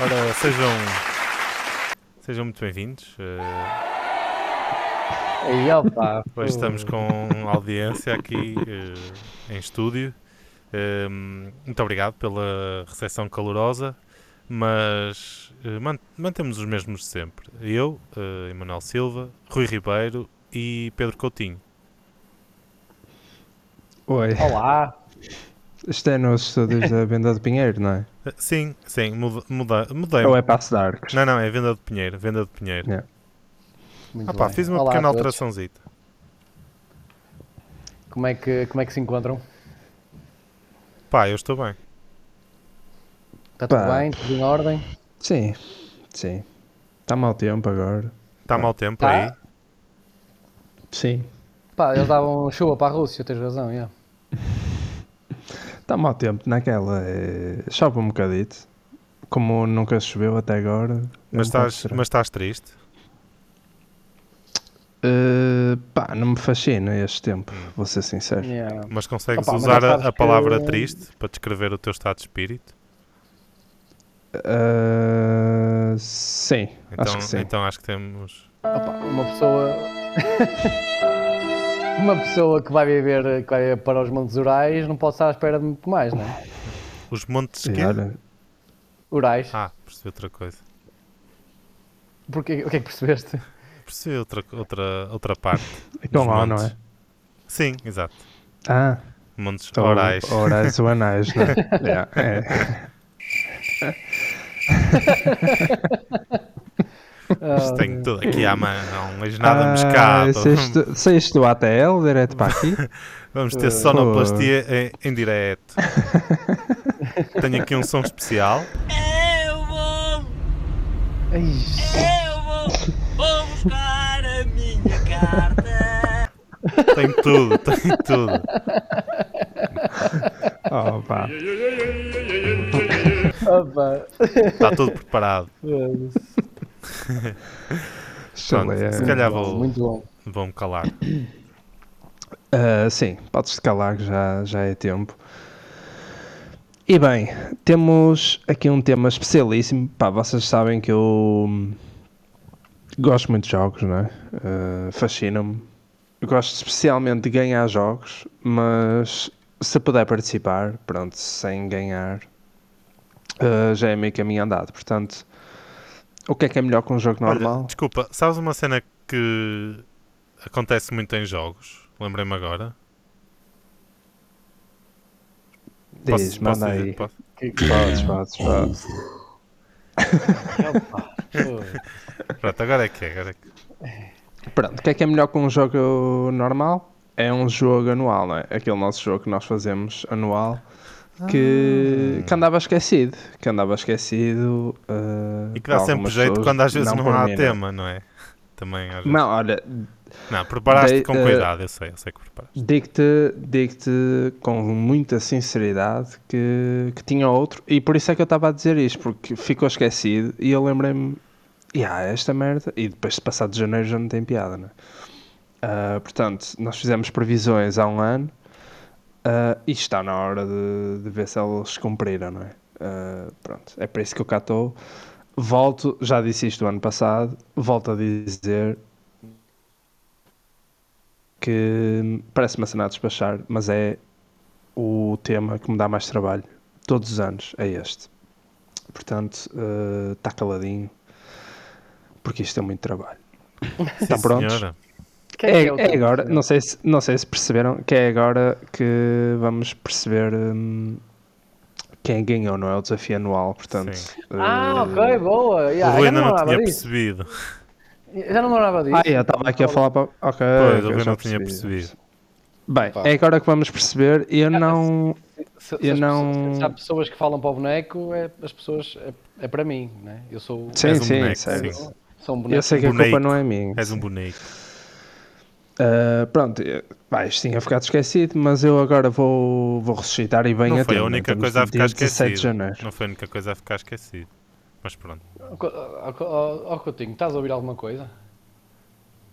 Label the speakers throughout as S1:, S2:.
S1: Ora, sejam, sejam muito bem-vindos. eh,
S2: Aí, opa,
S1: hoje estamos com audiência aqui eh, em estúdio. Eh, muito obrigado pela recepção calorosa, mas eh, man- mantemos os mesmos de sempre. Eu, eh, Emanuel Silva, Rui Ribeiro e Pedro Coutinho.
S3: Oi,
S2: Olá.
S3: isto é nos estúdios da Venda de Pinheiro, não é?
S1: Eh, sim, sim, muda- muda- mudei.
S3: Ou é Passo de Arcos?
S1: Não, não, é venda de Pinheiro, venda de Pinheiro.
S3: Yeah.
S2: Muito
S1: Ah pá,
S2: É, bem.
S1: fiz uma
S2: Olá a
S1: pequena
S2: todos.
S1: alteraçãozita.
S2: Como é, que, como é que se encontram?
S1: Pá, eu estou bem.
S2: Está tudo
S3: Pá.
S2: bem? Tudo em ordem?
S3: Sim, sim. Está mau tempo agora.
S1: Está mau tempo
S2: Tá.
S1: aí?
S3: Sim.
S2: Pá, eles davam chuva para a Rússia, tens razão, yeah.
S3: Está Tá mau tempo naquela. eh, Chove um bocadito. Como nunca choveu até agora. é
S1: Mas
S3: um
S2: Então,
S1: estás,
S3: bocado
S1: mas estás triste?
S3: estranho. Eh, pá, não me fascina este tempo, vou ser sincero.
S2: Yeah.
S1: Mas consegues
S2: Opa, mas
S1: usar
S2: já
S1: a-
S2: sabes
S1: a, palavra
S2: que-
S1: triste para descrever o teu estado de espírito?
S3: Eh, sim,
S1: Então
S3: acho que sim.
S1: então acho que temos.
S2: Opa, uma pessoa. uma pessoa que vai, viver, que vai viver para os Montes Urais não pode estar à espera de muito mais, não é?
S1: Os montes
S3: E
S1: que...
S3: olha,
S2: Urais.
S1: Ah, percebi outra coisa.
S2: Porque, o que é que percebeste?
S1: Percebi outra, outra, outra parte.
S3: é com
S1: Os
S3: O, não
S1: montes.
S3: é?
S1: Sim, exato.
S3: Ah,
S1: Montes
S3: Ou-
S1: orais.
S3: Orais ou anais, né? yeah, é.
S2: Ah,
S1: Tenho tudo aqui à mão, mas nada me escapa.
S3: Ah, saíste- Saíste do ATL direto para aqui?
S1: Vamos ter sonoplastia em, em direto. Tenho aqui um som especial.
S4: Eu vou,
S2: ai,
S4: eu vou, vou buscar a minha carta.
S1: Tenho tudo, tenho tudo.
S3: Oh, pá.
S2: opa.
S1: Está tudo preparado. Pronto,
S3: Chaleia.
S1: se calhar vou,
S2: Muito bom.
S1: vou-me calar.
S3: Ah, sim, podes-te calar, que já, já é tempo. E bem, temos aqui um tema especialíssimo. Pá, vocês sabem que eu hum, gosto muito de jogos, não é? Ah, Fascina-me. Eu Gosto especialmente de ganhar jogos, mas se puder participar, pronto, sem ganhar, ah, já é meio caminho andado. Portanto, o que é que é melhor que um jogo
S1: Olha,
S3: normal?
S1: desculpa, sabes uma cena que acontece muito em jogos? Lembrei-me agora.
S3: Diz, manda
S1: dizer-
S3: aí.
S1: posso?
S2: Que, que-
S3: Podes, podes, podes.
S2: opa. Ui.
S1: Pronto, agora é que é. Agora é que...
S3: Pronto, o que é que é melhor que um jogo normal? É um jogo anual, não é? Aquele nosso jogo que nós fazemos anual que, que andava esquecido. Que andava esquecido. eh,
S1: E que dá
S3: para
S1: sempre
S3: algumas
S1: jeito
S3: pessoas,
S1: quando às vezes não,
S3: por
S1: há
S3: mim, é?
S1: tema, não é? Também às vezes.
S3: Não, olha,
S1: Não, preparaste
S3: Dei-
S1: com
S3: eh,
S1: cuidado, eu sei, eu sei que preparaste.
S3: digo-te digo com muita sinceridade que, que tinha outro, e por isso é que eu estava a dizer isto, porque ficou esquecido e eu lembrei-me, "Ya, esta merda, e depois de passar de janeiro já não tem piada, né? Ah, portanto, nós fizemos previsões há um ano ah, e está na hora de, de ver se elas se cumpriram, não é? Ah, pronto, é para isso que eu cá estou. Volto, já disse isto o ano passado, volto a dizer que parece-me assinar a despachar, mas é o tema que me dá mais trabalho todos os anos, é este. Portanto, está caladinho, porque isto é muito trabalho. Estão
S1: Sim,
S3: prontos?
S1: senhora.
S2: Quem
S3: É,
S2: o
S3: é
S2: teu
S3: agora,
S2: preferido?
S3: não sei, se, não sei se perceberam, que é agora que vamos perceber hum, quem ganhou, não é? O desafio anual, portanto.
S2: Ah,
S3: eh,
S2: ok, boa.
S1: O
S2: Yeah,
S1: Rui
S2: já
S1: ainda
S2: não
S1: não tinha
S2: lembrava disso.
S1: percebido.
S2: Já não lembrava disso.
S3: Ah, eu estava aqui a falar para. Ok.
S1: Pois,
S3: ok,
S1: o Rui
S3: já
S1: não tinha
S3: percebi.
S1: percebido.
S3: Bem, é agora que vamos perceber. Eu não.
S2: Se, se
S3: Eu
S2: as
S3: não-
S2: pessoas- se há pessoas que falam para o boneco, é, as pessoas. É, é para mim, né? Eu sou.
S3: Sim,
S1: És um
S3: sim,
S1: boneco,
S3: sério.
S1: sim.
S2: Sou um boneco.
S3: Eu sei que a
S1: Boneco.
S3: culpa não é minha.
S1: És um boneco.
S3: Ah, pronto, eh, pá, isto tinha ficado esquecido, mas eu agora vou, vou ressuscitar e bem
S1: Não
S3: a
S1: foi a
S3: tempo,
S1: única
S3: estamos
S1: coisa a
S3: no
S1: ficar
S3: dia 17 de
S1: esquecida.
S3: janeiro.
S1: Não foi a única coisa a ficar esquecida. Mas pronto.
S2: Ó, Ó, ó, ó, Coutinho, estás a ouvir alguma coisa?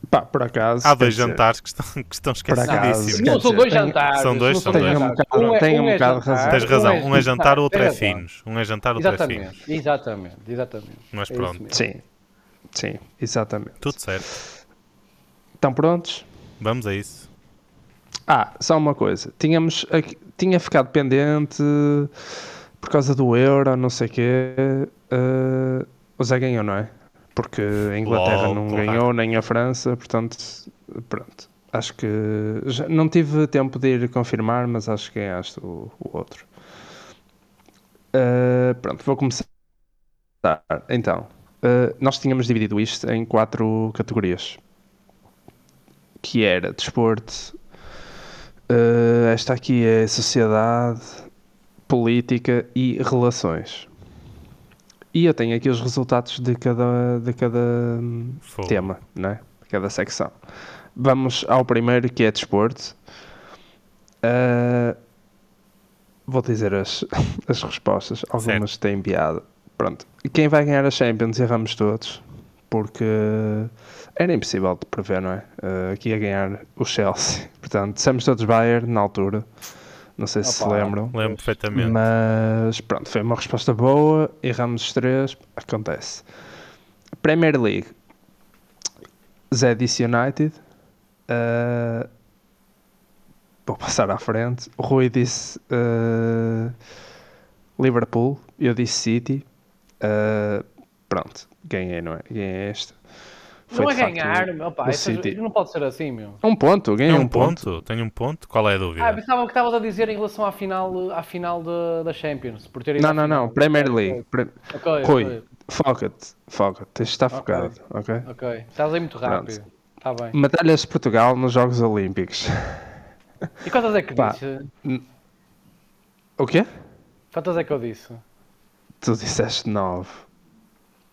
S3: Pá, por acaso.
S1: Há
S3: quer
S1: dois
S3: dizer,
S1: jantares que estão, que estão
S3: Por acaso,
S1: esquecidíssimos.
S3: quer
S5: Não, são
S3: dizer,
S5: dois
S3: tenho-
S5: jantares.
S1: são dois,
S5: não
S1: são
S3: Tenho um
S1: dois.
S3: bocado,
S2: é-
S3: tenho um bocado de razão.
S1: Tens razão, um é jantar,
S2: o
S1: outro é finos. Um é jantar, outro é finos.
S2: Exatamente, exatamente, exatamente.
S1: Mas
S2: É isso
S1: pronto.
S2: mesmo.
S3: Sim, sim, exatamente.
S1: Tudo certo.
S3: Estão prontos?
S1: Vamos a isso.
S3: Ah, só uma coisa. Tínhamos aqui- tinha ficado pendente por causa do euro, não sei o quê. eh, o Zé ganhou, não é? Porque a Inglaterra
S1: Lol,
S3: não
S1: claro.
S3: ganhou, nem a França, portanto, pronto. Acho que já não tive tempo de ir confirmar, mas acho que ganhaste o, o outro. Eh, pronto, vou começar. Então, eh, nós tínhamos dividido isto em quatro categorias. Que era desporto, Uh, esta aqui é sociedade, política e relações. E eu tenho aqui os resultados de cada, de cada hum,
S1: Fogo.
S3: tema, não é? De cada secção. Vamos ao primeiro que é desporto. Uh, vou dizer as, as respostas. Algumas têm piada. Pronto. Quem vai ganhar a Champions erramos todos. Porque era impossível de prever, não é? Uh, aqui ia ganhar o Chelsea. Portanto, dissemos todos Bayern na altura. Não sei se se
S2: Opa.
S3: lembram.
S1: Lembro perfeitamente.
S3: Mas pronto, foi uma resposta boa. Erramos os três. Acontece. Premier League. Zé disse United. Uh, vou passar à frente. O Rui disse uh, Liverpool. Eu disse City. Uh, pronto, ganhei, não é? Ganhei este.
S2: não é
S3: de facto
S2: ganhar, opa,
S3: o
S2: essas-
S3: City.
S2: não pode ser assim, meu.
S3: Um ponto, ganhei
S1: Tem
S3: um,
S1: um
S3: ponto.
S1: ponto? Tem um ponto? Qual é a dúvida?
S2: Ah, pensava o que estavas a dizer em relação à final, à final da- da Champions. Por ter ido
S3: Não,
S2: à
S3: não,
S2: final.
S3: não. Premier League. Pre-
S2: Ok,
S3: Rui,
S2: ok,
S3: foca-te, foca-te, tens de estar focado, ok?
S2: ok. Estás aí muito rápido. Está bem.
S3: Medalhas de Portugal nos Jogos Olímpicos.
S2: E quantas é que
S3: Pá.
S2: disse?
S3: O quê?
S2: Quantas é que eu disse?
S3: Tu disseste 9.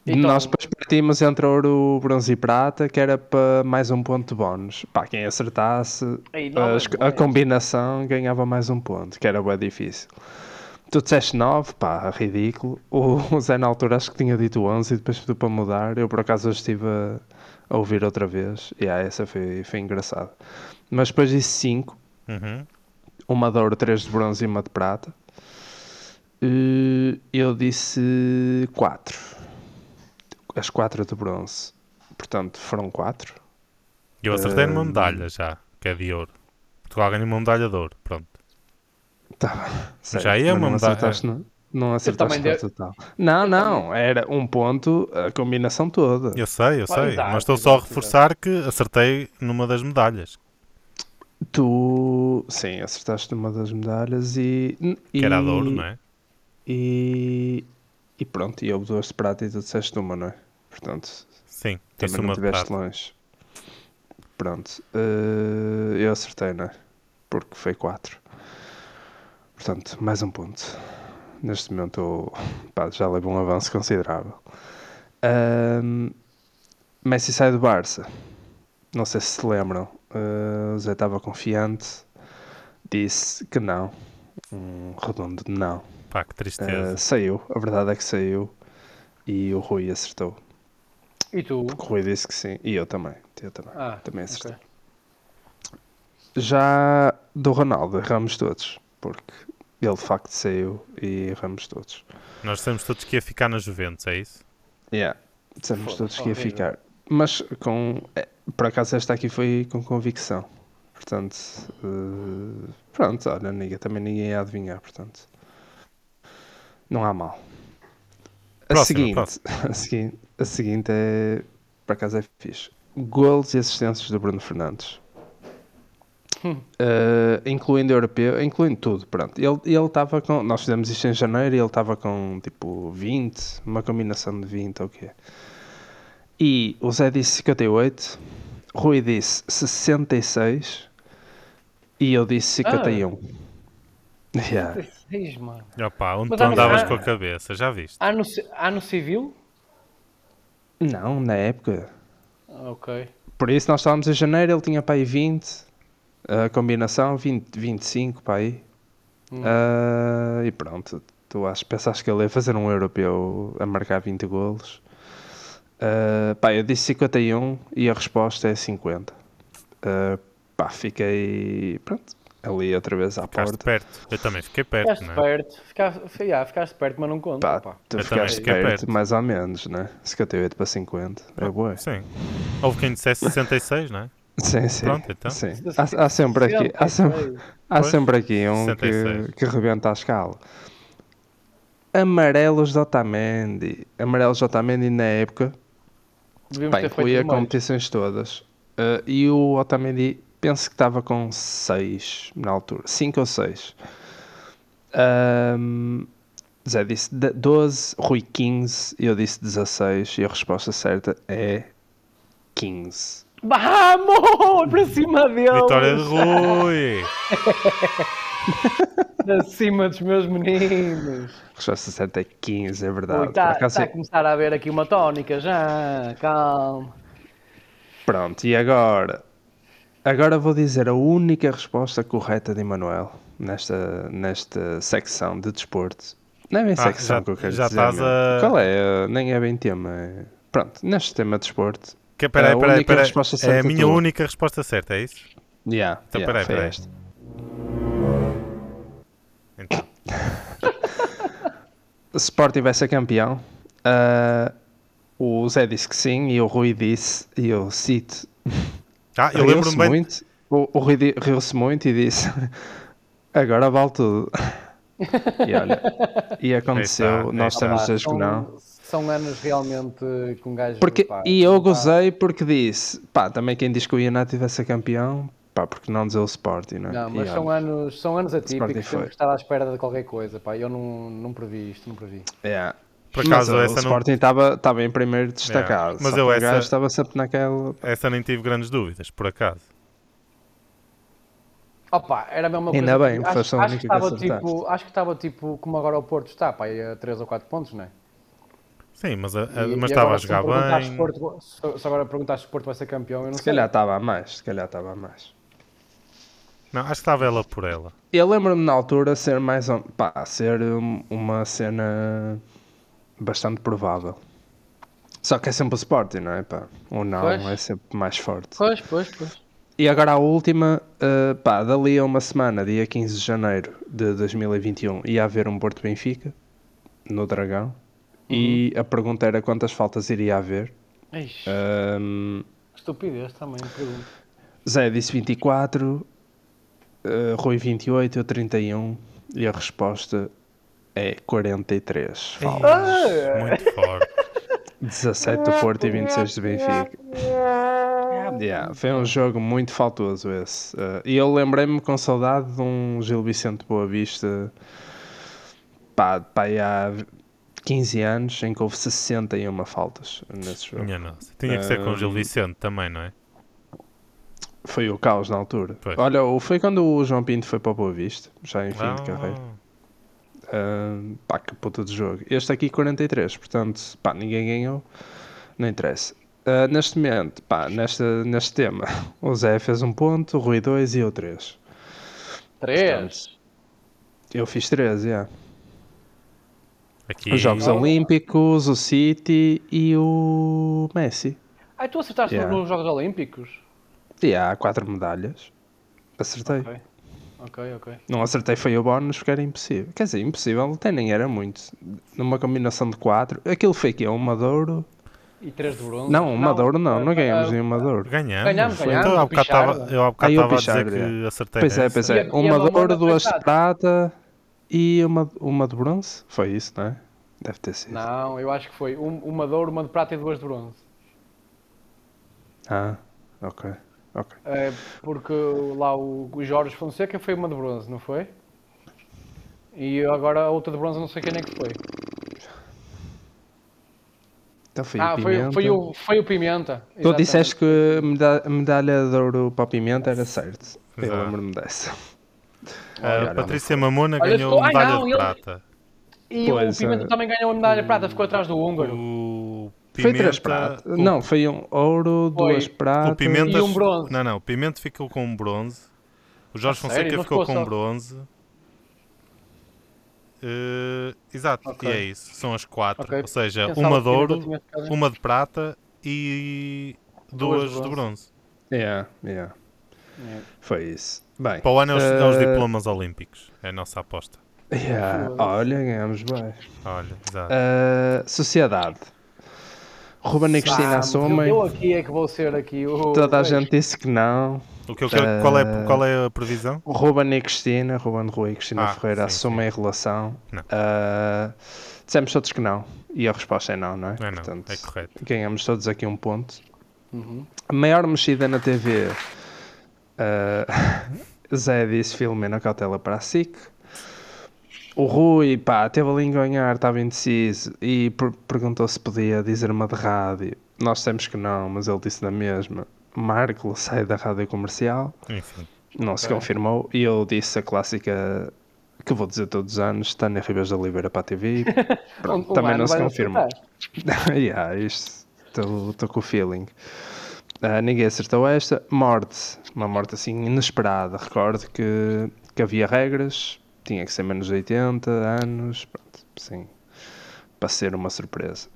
S2: Então-
S3: Nós depois partimos entre ouro, bronze e prata, que era para mais um ponto de bónus. Pá, quem acertasse
S2: Ei,
S3: a,
S2: nove é
S3: esco-
S2: bué.
S3: eh, a combinação ganhava mais um ponto, que era bem difícil. Tu disseste 9, pá, ridículo. O o Zé na altura acho que tinha dito 11 e depois pediu para mudar. Eu por acaso hoje estive a, a ouvir outra vez e ah, essa foi, foi engraçada. Mas depois disse 5,
S1: Uhum.
S3: uma de ouro, três de bronze e uma de prata. Eh, Eu disse quatro. As quatro de bronze. Portanto, foram quatro.
S1: Eu acertei numa medalha já, que é de ouro. Portugal ganhou uma medalha de ouro. Pronto.
S3: Certo,
S1: Já é
S3: mas
S1: uma
S3: não
S1: medalha.
S3: acertaste, não, não acertaste
S2: também
S3: no total. Não, não. Era um ponto a combinação toda.
S1: Eu sei, eu
S2: Pá,
S1: sei.
S2: exato,
S1: Mas estou só a
S2: exato,
S1: reforçar que acertei numa das medalhas.
S3: Tu, sim, acertaste uma das medalhas e.
S1: Que era de ouro, não é?
S3: E, e pronto, e eu duas de prata e tu disseste uma, não é? Portanto,
S1: Sim. Disse
S3: Também não
S1: uma de
S3: estiveste
S1: prata.
S3: longe. Pronto. eh, eu acertei, não é? Porque foi 4. Portanto, mais um ponto. Neste momento eu, pá, já levo um avanço considerável. Ahm, Messi sai do Barça. Não sei se se lembram. eh, o Zé estava confiante. Disse que não. Um redondo de não.
S1: Pá, que
S3: Eh,
S1: tristeza.
S3: saiu. A verdade é que saiu. E o Rui acertou.
S2: E tu?
S3: Porque o Rui disse que sim. E eu também. Eu também.
S2: Ah,
S3: também acertei.
S2: ok.
S3: Já do Ronaldo, erramos todos. Porque ele de facto saiu e erramos todos.
S1: Nós dissemos todos que ia ficar na Juventus, é isso?
S3: Yeah. Dissemos
S2: Foda-se,
S3: todos que ia
S2: horrível.
S3: ficar. Mas com. eh, Por acaso esta aqui foi com convicção. Portanto. eh, pronto, olha, ninguém, também ninguém ia adivinhar, portanto. Não há mal. A
S1: Próxima,
S3: seguinte. A seguinte, a seguinte é. Por acaso é fixe. Golos e assistências do Bruno Fernandes. Eh, incluindo europeu, incluindo tudo, pronto. Ele ele estava com. Nós fizemos isto em janeiro e ele estava com tipo 20, uma combinação de 20 ou o quê. E o Zé disse 58, Rui disse 66 e eu disse 51. Yeah.
S2: Seis, mano.
S1: E, opá, onde
S2: Mas
S1: tu
S2: há-
S1: andavas
S2: há-
S1: com a cabeça, já viste?
S2: Há no, ci- há no civil?
S3: Não, na época.
S2: Ah, Ok.
S3: Por isso nós estávamos em janeiro, ele tinha para aí 20, a combinação 20, 25 para aí. Ah, e pronto, tu achas, pensaste que ele ia fazer um europeu a marcar 20 golos. Uh, pá, eu disse 51 e a resposta é 50. Uh, pá, fiquei. Pronto, ali outra vez à
S1: Ficaste
S3: porta.
S1: perto. Eu também fiquei perto,
S2: Ficaste
S1: não é?
S2: perto, ficaste, fi- ah, ficaste perto, mas não conta.
S3: Pá,
S2: pá.
S3: tu
S1: Eu também
S3: ficaste
S1: fiquei
S3: perto,
S1: perto. Ah,
S3: mais ou menos, né? 58 para 50. É boa.
S1: Sim. Houve quem dissesse 66, não é?
S3: Sim, sim.
S1: Pronto, então.
S3: sim. Há, há sempre aqui, há sempre, há
S1: Pois.
S3: sempre aqui um
S1: 66.
S3: que, que rebenta a escala. Amarelos de Otamendi. Amarelos de Otamendi na época
S2: Devíamos
S3: Pá,
S2: ter
S3: incluía
S2: feito mais.
S3: competições todas. Uh, e o Otamendi, penso que estava com 6 na altura. 5 ou 6. Zé disse de- 12, Rui 15, eu disse 16 e a resposta certa é 15.
S2: Vamos! Para cima deles!
S1: Vitória de Rui!
S2: Para cima dos meus meninos!
S3: A resposta certa é 15, é verdade. Por
S2: Está
S3: acaso-
S2: a começar a haver aqui uma tónica já, calma.
S3: Pronto, e agora? Agora vou dizer a única resposta correta de Emanuel nesta, nesta secção de desporto. Não é bem
S1: Ah,
S3: secção
S1: já-
S3: que eu quero
S1: já
S3: dizer.
S1: estás
S3: meu.
S1: a-
S3: Qual é? Uh, Nem é bem tema. é- Pronto, neste tema de desporto.
S1: Que, peraí,
S3: a
S1: peraí,
S3: única
S1: peraí.
S3: resposta
S1: É a
S3: certa
S1: minha
S3: tua.
S1: única resposta certa, é isso?
S3: Yeah,
S1: Então,
S3: yeah,
S1: peraí,
S3: foi
S1: peraí.
S3: esta.
S1: Então,
S3: Se Sporting vai ser campeão. uh, o Zé disse que sim e o Rui disse, e eu cito
S1: ah, eu
S3: riu-se
S1: lembro-me bem.
S3: muito. O, o Rui di- riu-se muito e disse: Agora vale tudo. E olha,
S1: Aí
S3: e aconteceu,
S1: está,
S3: nós
S1: aí está.
S3: estamos a dizer que
S2: são,
S3: não.
S2: são anos realmente com um gajo.
S3: Porque,
S2: pá,
S3: e eu
S2: não dá.
S3: gozei porque disse: Pá, também quem diz que o United vai ser campeão, pá, porque não dizer o Sporting, não é?
S2: Não,
S3: E
S2: mas
S3: olha,
S2: são anos, são anos
S3: Sporting
S2: atípicos,
S3: foi.
S2: temos que estar à espera de qualquer coisa, pá. Eu não, não previ isto, não previ.
S3: yeah.
S1: Por
S3: Mas
S1: acaso,
S3: o
S1: essa não-
S3: Sporting estava estava em primeiro destacado.
S1: Mas
S3: Mas
S1: eu
S3: eu
S1: essa-
S3: estava sempre naquela.
S1: Essa nem tive grandes dúvidas, por acaso.
S2: Opa, era a mesma coisa.
S3: Ainda bem,
S2: que-
S3: foste a
S2: acho, acho
S3: única
S2: que
S3: que
S2: estava
S3: acertaste.
S2: tipo, acho que estava tipo como agora o Porto está, pá, aí a 3 ou 4 pontos, não é?
S1: Sim, mas, a- a-
S2: E-
S1: Ah, mas
S2: e
S1: estava a
S2: agora, se
S1: jogar
S2: me perguntares
S1: bem.
S2: se Porto- se, se agora perguntaste se o Porto vai ser campeão, eu não
S3: Se
S2: sei.
S3: calhar estava a mais, se calhar estava a mais.
S1: Não, acho que estava ela por ela.
S3: Eu lembro-me na altura ser mais ou- pá, ser um- uma cena bastante provável. Só que é sempre o Sporting, não é? Pá? O não
S2: Pois.
S3: é sempre mais forte.
S2: Pois, pois, pois.
S3: E agora a última, eh, pá, dali a uma semana, dia 15 de janeiro de 2021, ia haver um Porto Benfica no Dragão. E a pergunta era quantas faltas iria haver. Ehm,
S2: Ixi,
S3: É. Ahm,
S2: estupidez também, pergunto.
S3: Zé disse 24, eh, Rui 28, eu 31 e a resposta é 43. Falta
S1: Ah!
S3: Ah!
S1: Ixi, Muito forte.
S3: 17 do Porto e 26 do Benfica. Yeah, foi um jogo muito faltoso esse. Eh, e eu lembrei-me com saudade de um Gil Vicente Boa Vista pá, pá, aí há 15 anos em que houve 61 faltas nesse jogo.
S1: Minha nossa. Tinha que ser com o
S3: Um,
S1: Gil Vicente também, não é?
S3: Foi o caos na altura.
S1: Pois.
S3: Olha, o- foi quando o João Pinto foi para o Boa Vista, já em fim de
S1: Ah,
S3: carreira. Ahn, pá, que puta de jogo. Este aqui 43, portanto, pá, ninguém ganhou. Não interessa. Ah, neste momento, pá, nesta, neste tema, o Zé fez um ponto, o Rui 2 e eu 3.
S2: 3.
S3: Eu fiz 3, yeah.
S1: Aqui...
S3: Os Jogos Olímpicos, o City e o Messi.
S2: Ai, Ah, tu acertaste
S3: Yeah.
S2: nos Jogos Olímpicos?
S3: E há 4 medalhas. Acertei.
S2: Ok. Ok, ok.
S3: Não acertei foi o bónus porque era impossível. Quer dizer, impossível até nem era muito. Numa combinação de 4. Aquilo foi que é um Madouro.
S2: E 3 de bronze?
S3: Não, um Madouro não,
S2: ah,
S3: não ganhamos
S2: ah,
S3: nenhum Madouro.
S1: Ganhamos.
S2: Ganhamos, ganhamos,
S1: Então, há bocado
S2: picharam.
S1: estava- eu há bocado
S3: Ah, eu
S1: estava a dizer
S3: pichar,
S1: que acertei.
S3: Pois é,
S1: nessa.
S3: pois
S2: E a-
S3: é.
S2: e a
S3: Uma de
S2: Lamona
S3: ouro,
S2: foi
S3: duas de
S2: prata.
S3: prata e uma, uma de bronze. Foi isso, não é? Deve ter sido.
S2: Não, eu acho que foi um- uma de ouro, uma de prata e duas de bronze.
S3: Ah, ok. ok.
S2: É, porque lá o, o Jorge Fonseca foi uma de bronze, não foi? E agora a outra de bronze não sei quem é que foi.
S3: Então foi
S2: ah,
S3: o
S2: foi,
S3: Pimenta.
S2: foi, o, foi o Pimenta.
S3: Tu
S2: exatamente.
S3: disseste que a meda- a medalha de ouro para o Pimenta era certo. Eu
S1: Exato.
S3: lembro-me dessa.
S1: A
S3: Olha,
S1: Ah, Patrícia Mamona
S2: Olha,
S1: ganhou
S2: estou- Ai,
S1: medalha
S2: não,
S1: de
S2: ele-
S1: prata.
S2: E
S3: Pois,
S2: o Pimenta
S3: é.
S2: também ganhou a medalha de prata, ficou atrás do húngaro.
S1: O
S3: Foi três
S1: Pimenta-
S3: pratas.
S1: o-
S3: Não, foi um ouro,
S2: Foi.
S3: duas
S2: O
S3: pratas.
S1: O Pimenta...
S2: E um bronze.
S1: Não, não. O Pimenta ficou com um bronze. O Jorge
S2: A sério?
S1: Fonseca
S2: Não
S1: ficou
S2: ficou
S1: com um
S2: só-
S1: bronze. Eh, exato,
S2: Ok.
S1: e é isso. São as quatro.
S2: Ok.
S1: Ou seja,
S2: Pensava
S1: uma
S2: que
S1: de
S2: ainda
S1: ouro,
S2: tinha ficado assim. em-
S1: uma de prata e duas,
S2: Duas de
S1: de
S2: bronze.
S1: bronze.
S3: Yeah, yeah.
S2: Yeah.
S3: Foi isso. Bem,
S1: Para o ano é os, é os
S3: Eh,
S1: diplomas olímpicos. É a nossa aposta.
S3: yeah.
S2: Foda-se.
S3: olha, ganhamos bem.
S1: Olha, exato.
S3: Ah, sociedade. Ruben e Cristina
S2: Ah,
S3: assumem.
S2: Eu aqui é que vou ser aqui o...
S3: Toda a gente disse que não.
S1: o que eu quero,
S3: eh,
S1: qual, é, qual é a previsão?
S3: Ruben e Cristina, Ruben Rui e Cristina
S1: Ah,
S3: Ferreira
S1: sim,
S3: assumem a relação.
S1: Não.
S3: Ah, dissemos todos que não. E a resposta é não, não é?
S1: É, não,
S3: Portanto,
S1: é correto.
S3: ganhamos todos aqui um ponto.
S2: Uhum.
S3: A maior mexida na TV. ah, Zé disse Filomena Cautela para a SIC. O Rui, pá, teve ali em ganhar, estava indeciso e per- perguntou se podia dizer uma de rádio. Nós dissemos que não, mas ele disse da mesma. Marco sai da rádio comercial,
S1: Enfim,
S3: não se
S2: Ok.
S3: confirmou. E eu disse a clássica que vou dizer todos os anos: Tânia Ribeiros de Oliveira para a TV. Pronto,
S2: Um- um
S3: também
S2: ano
S3: não se
S2: vai
S3: confirma.
S2: acertar.
S3: yeah, isto estou com o feeling. Ah, ninguém acertou esta. Morte, uma morte assim inesperada. Recordo que, que havia regras, tinha que ser menos de 80 anos, pronto, sim, para ser uma surpresa.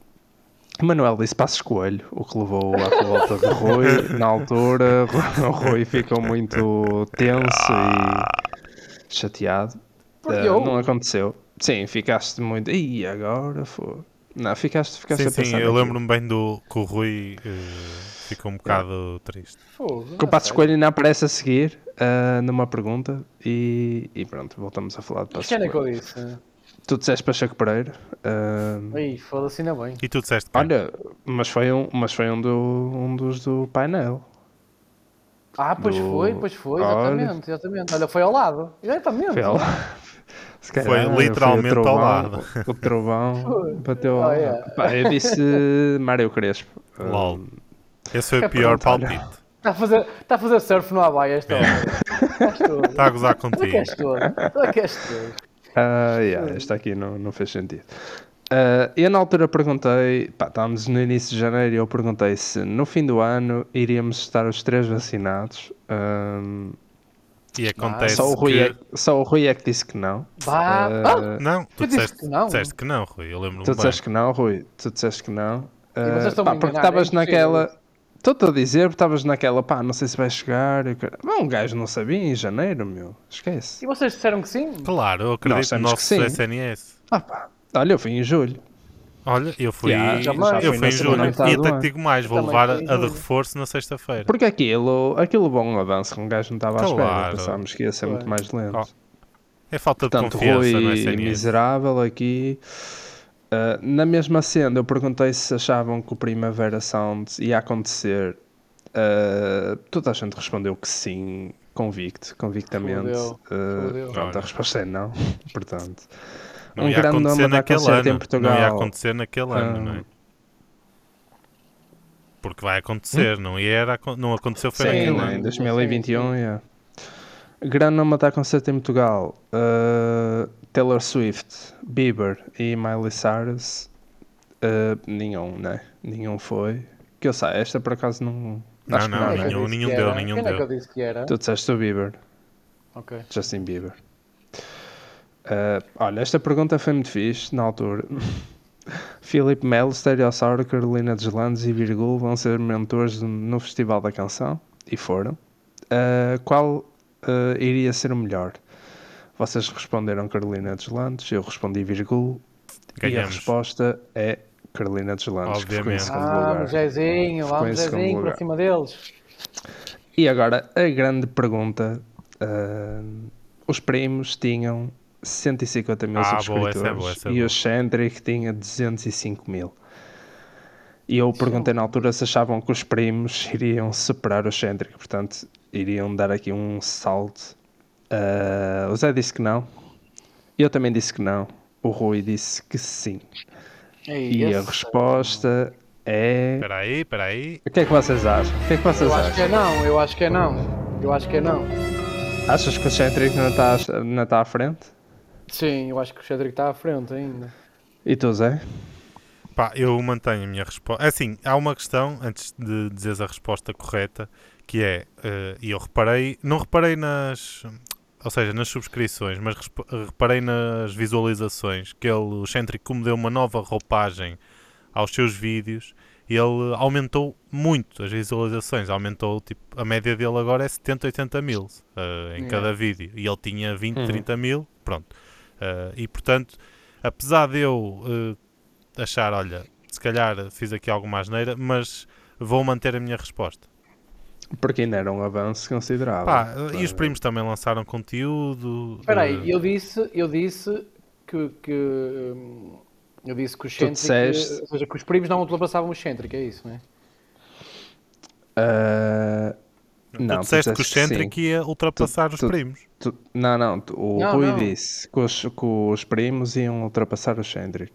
S3: Manuel disse Passos Coelho, o que levou à revolta de Rui. Na altura, o Rui ficou muito tenso e chateado.
S2: Porque
S3: Ah,
S2: eu-
S3: Não aconteceu. Sim, ficaste muito. E agora foi. Não, ficaste, ficaste
S1: sim,
S3: a
S1: sim,
S3: pensar.
S1: eu
S3: naquilo. É.
S1: lembro-me bem do que o Rui eh, ficou um bocado triste.
S2: Fogo,
S3: Que o Passos
S2: ok.
S3: Coelho ainda aparece a seguir ah, numa pergunta e, e pronto, voltamos a falar de Passos
S2: Isto é que eu
S3: Coelho.
S2: disse.
S3: Tu disseste Pacheco Pereira, ah,
S2: Aí, foda-se ainda bem.
S1: E tu disseste que
S3: olha, mas foi, um, mas foi um, do- um dos do painel.
S2: Ah, pois
S3: Do-
S2: foi, pois foi,
S3: Olha.
S2: exatamente, exatamente. Olha, foi ao lado. Exatamente.
S3: Foi, ao lado. Se calhar,
S1: Foi literalmente
S3: o
S1: ao
S3: trovão-
S1: lado.
S3: O trovão
S2: Foi.
S3: bateu ao
S2: Oh,
S3: lado.
S2: yeah.
S3: Pá, eu disse Mário Crespo. Ah,
S1: LOL. Esse foi
S2: É
S1: o pior
S3: pronto, olha.
S1: palpite.
S2: Está a fazer, está a fazer surf no Havaí esta
S1: É,
S2: hora. Estás todo.
S1: Está a gozar
S2: Tu é
S1: contigo.
S2: que és todo. Tu é que és todo.
S3: Ah,
S2: eh,
S3: yeah, esta aqui não, não fez sentido. Ah, eu na altura perguntei, pá, estávamos no início de janeiro e eu perguntei se no fim do ano iríamos estar os três vacinados. Ahm,
S1: E acontece.
S3: só, o Rui
S1: que...
S3: é, só o Rui é que disse que não.
S2: Bah,
S3: Ah,
S1: Não, tu
S2: Eu disse
S1: disseste,
S2: que não.
S1: disseste que não, Rui. Eu lembro-me
S3: tu
S1: bem.
S3: disseste que não, Rui. Tu disseste que não. Ah,
S2: vocês estão-me
S3: pá,
S2: a
S3: porque
S2: enganar, é
S3: estavas
S2: impossível.
S3: naquela. Estou-te a dizer, porque estavas naquela, pá, não sei se vai chegar. eu quero- Bom, um gajo não sabia em janeiro, meu. Esquece.
S2: E vocês disseram que sim?
S1: Claro, eu acredito no
S3: temos que
S1: nosso
S3: sim.
S1: SNS.
S3: Ah, pá. Olha, eu fui em julho.
S1: Olha, eu fui,
S3: Já, já
S1: eu fui
S3: fui na
S1: em julho.
S3: segunda metade
S1: E
S3: do
S1: até
S3: ano.
S1: te digo mais, vou
S2: também
S1: levar a,
S2: fui em
S1: a de
S2: julho.
S1: reforço na sexta-feira.
S3: Porque aquilo, aquilo levou um avanço que um gajo não estava à espera.
S1: Claro.
S3: Pensávamos que ia ser muito mais lento.
S1: Oh, É falta de
S3: Portanto,
S1: confiança é no
S3: Rui
S1: SNS.
S3: miserável aqui. Ah, na mesma senda, eu perguntei se achavam que o Primavera Sound ia acontecer. Ah, toda a gente respondeu que sim, convicto, convictamente.
S2: Fudeu,
S3: Ah,
S2: fudeu.
S3: pronto, a
S1: Olha.
S3: resposta é não. Portanto,
S1: Não
S3: um
S1: ia
S3: grande nome
S1: acontecer
S3: a dar
S1: naquele
S3: concerto
S1: ano.
S3: em Portugal.
S1: Não ia acontecer naquele ano,
S3: Ah.
S1: não é? Porque vai acontecer, não, ia era, acon- não aconteceu foi
S3: Hum? Sim,
S1: naquele
S3: né, em
S1: ano.
S3: 2021, yeah. Grande nome a dar concerto em Portugal. Uh, Taylor Swift, Bieber e Miley Cyrus. Uh, nenhum, né? Nenhum foi. Que eu sei, esta por acaso não.
S1: Não,
S3: acho
S1: não,
S3: que não,
S2: Quem
S3: né?
S2: é que eu
S1: Ah, nenhum-
S2: disse
S1: nenhum
S2: que
S1: deu,
S2: era?
S1: nenhum
S2: Quem é que
S1: deu.
S2: eu disse que era?
S3: Tu disseste o Bieber,
S2: Ok.
S3: Justin Bieber. Uh, olha, esta pergunta foi muito fixe na altura. Filipe Melo, Stereossauro, Carolina Deslandes e Virgul vão ser mentores no Festival da Canção e foram. Uh, qual uh, iria ser o melhor? Vocês responderam Carolina Deslandes, eu respondi Virgul e a
S1: Ganhamos. resposta
S3: resposta é Carolina Deslandes, que ficou em
S1: Obviamente.
S3: segundo lugar.
S2: Vamos, Ah, um Jezinho,
S3: Ficou em
S2: vamos,
S3: segundo
S2: Jezinho, para
S3: lugar.
S2: cima deles.
S3: E agora a grande pergunta: ah, os primos tinham 150
S1: Ah,
S3: mil
S1: boa,
S3: subscritores
S1: essa é boa, essa é
S3: e
S1: boa.
S3: o Chandrick tinha 205 mil. E eu perguntei na altura se achavam que os primos iriam superar o Chandrick, portanto iriam dar aqui um salto. Ah, o Zé disse que não, eu também disse que não, o Rui disse que sim.
S2: É
S3: E a resposta é.
S1: Espera aí, espera aí.
S3: O que é que vocês acham? O que é que vocês
S2: Eu
S3: acham?
S2: acho que é não, eu acho que é não. Eu acho que é não.
S3: Achas que o Centric não está não tá à frente?
S2: Sim, eu acho que o Cedric está à frente ainda.
S3: E tu, Zé?
S1: Pá, eu mantenho a minha resposta. Assim, há uma questão, antes de dizeres a resposta correta, que é, eh, e eu reparei, não reparei nas, ou seja, nas subscrições, mas resp- reparei nas visualizações que ele, o Centric, como deu uma nova roupagem aos seus vídeos, ele aumentou muito as visualizações, aumentou, tipo, a média dele agora é 70, 80 mil eh, em
S2: Yeah.
S1: cada vídeo, e ele tinha 20,
S5: Uhum.
S1: 30 mil, pronto. Eh, e portanto, apesar de eu eh, achar, olha, se calhar fiz aqui alguma asneira, mas vou manter a minha resposta.
S3: Porque ainda era um avanço considerável.
S1: Pá, e os
S3: Para-
S1: primos também lançaram conteúdo.
S2: Espera
S3: Hum.
S2: aí,
S1: eh,
S2: eu disse, eu disse que, que, hum, eu disse que os Centric,
S3: disseste-
S2: ou seja, que os primos não ultrapassavam o Centric, é isso, não é?
S3: Ah, não,
S1: tu disseste que o
S3: sim.
S1: Centric ia ultrapassar os
S3: tu-
S1: primos.
S3: Tu- Não, não, tu- o
S2: Não,
S3: Rui
S2: não.
S3: disse que os, que os primos iam ultrapassar o Cendric.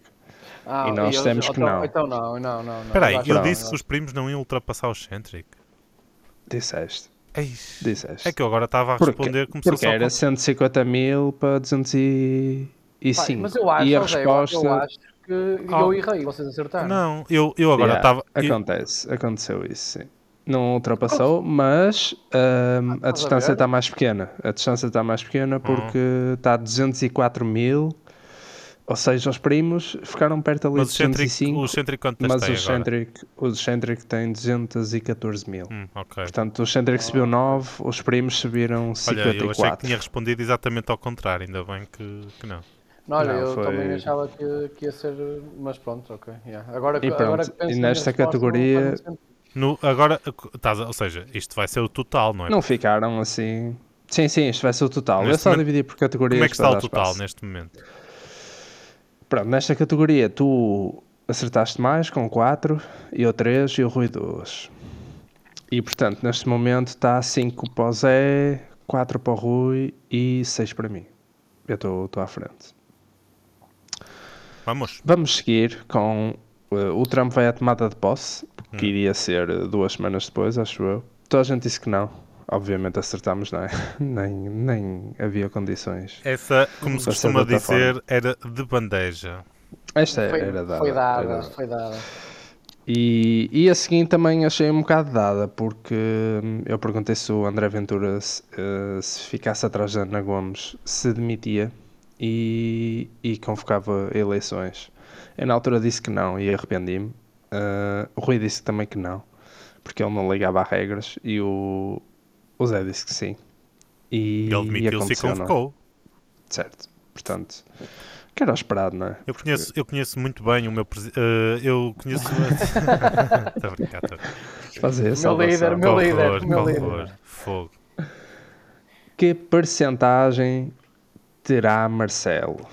S2: Ah,
S3: E nós
S2: eles-
S3: temos que
S2: então,
S3: não.
S2: Então não, não, não. não,
S1: Espera aí,
S2: acho
S1: eu
S2: não,
S1: disse que
S2: não.
S1: os primos não iam ultrapassar o Centric.
S3: Disseste,
S1: Eis.
S3: disseste.
S1: É que eu agora estava a
S3: Porque-
S1: responder como se eu
S3: Porque
S1: só
S3: era
S1: fosse-
S3: 150 mil para
S2: Pá,
S3: 205.
S2: mas eu acho,
S3: e a
S2: José, eu-
S3: resposta
S2: eu acho que eu
S1: Oh.
S2: errei, vocês acertaram.
S1: Não, eu, eu agora
S3: assim. Yeah,
S1: estava. eu-
S3: acontece, aconteceu isso, sim. Não ultrapassou, mas ahm, a
S2: Oh. Ah, a
S3: distância
S2: ver?
S3: está mais pequena. A distância está mais
S1: Uhum.
S3: pequena porque tá está a 204 mil. Ou seja, os primos ficaram perto ali
S1: mas
S3: de
S1: o Centric,
S3: 205.
S1: o Centric quanto tens
S3: Mas
S1: tem
S3: o
S1: agora?
S3: Centric, o Centric tem 214 mil.
S1: Hum, ok.
S3: Portanto, o Centric
S2: Oh.
S3: subiu 9, os primos subiram
S1: Olha, eu achei que
S3: 54.
S1: tinha respondido exatamente ao contrário, ainda bem que, que não.
S2: Não, olha,
S3: Não,
S2: eu
S3: foi-
S2: também achava que, que ia ser, mas pronto, ok. yeah. Agora,
S3: E
S2: que- agora
S3: pronto,
S2: que penso
S3: e
S2: na
S3: nesta
S2: resposta, não
S3: categoria-
S2: faz muito sentido.
S1: No, agora, estás a- ou seja, isto vai ser o total, não é?
S3: Não ficaram assim. Sim, sim, isto vai ser o total. eu
S1: Neste
S3: só
S1: momento-
S3: dividi por categorias.
S1: Como é que está
S3: para
S1: o
S3: dar
S1: total
S3: espaço.
S1: neste momento?
S3: Pronto, nesta categoria tu acertaste mais com 4, eu 3 e o Rui 2. E portanto, neste momento está 5 para o Zé, 4 para o Rui e 6 para mim. Eu estou à frente.
S1: Vamos.
S3: Vamos seguir com. eh, o Trump vai à tomada de posse, que iria ser eh, duas semanas depois, acho eu. Toda a gente disse que não. Obviamente acertámos, não é? nem, nem havia condições.
S1: Essa, como se
S3: Vai ser
S1: costuma
S3: desta
S1: dizer, era de bandeja.
S3: Esta
S2: Foi,
S3: era dada.
S2: foi dada,
S3: era dada.
S2: foi dada.
S3: E, e a seguinte também achei um bocado dada, porque hum, eu perguntei se o André Ventura se, eh, se ficasse atrás da Ana Gomes se demitia e, e convocava eleições. Eu na altura disse que não e arrependi-me. Eh, o Rui disse também que não, porque ele não ligava a regras e o, o Zé disse que sim.
S1: E
S3: E,
S1: ele
S3: e
S1: demitiu-se e
S3: aconteceu, não é?
S1: convocou.
S3: Certo, portanto, que era o esperado, não é?
S1: Eu conheço, eu conheço muito bem o meu presidente. eu conheço. Estou a brincar, estou a brincar.
S3: Fazer a
S2: Meu líder,
S3: salvação.
S2: meu
S1: Que
S2: líder,
S1: horror,
S2: meu
S1: que
S2: líder.
S1: horror. Fogo.
S3: Que percentagem terá Marcelo?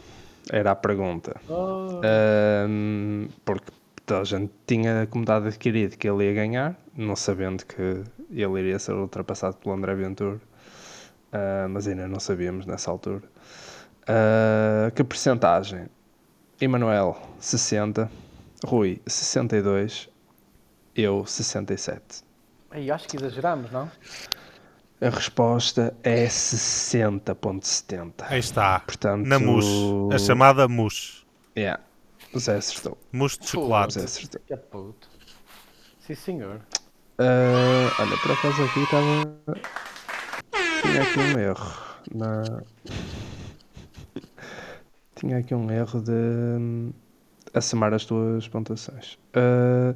S3: Era a pergunta.
S2: Oh,
S3: Ahm, porque toda a gente tinha como dado adquirido que ele ia ganhar, não sabendo que ele iria ser ultrapassado pelo André Ventura, Ah, mas ainda não sabíamos nessa altura. Ah, que percentagem? Emanuel, 60. Rui, 62. Eu, 67.
S2: aí, acho que exageramos, não?
S3: A resposta é 60.70.
S1: Aí está.
S3: Portanto,
S1: Na é mousse. A chamada mousse.
S3: Yeah. O Zé acertou.
S1: Mousse de
S3: O
S1: chocolate.
S3: Zé acertou.
S2: Que puto. Sim, senhor.
S3: Ah, olha, por acaso aqui estava. Tinha aqui um erro. na- Tinha aqui um erro de. hum, A somar as tuas pontuações. Ah,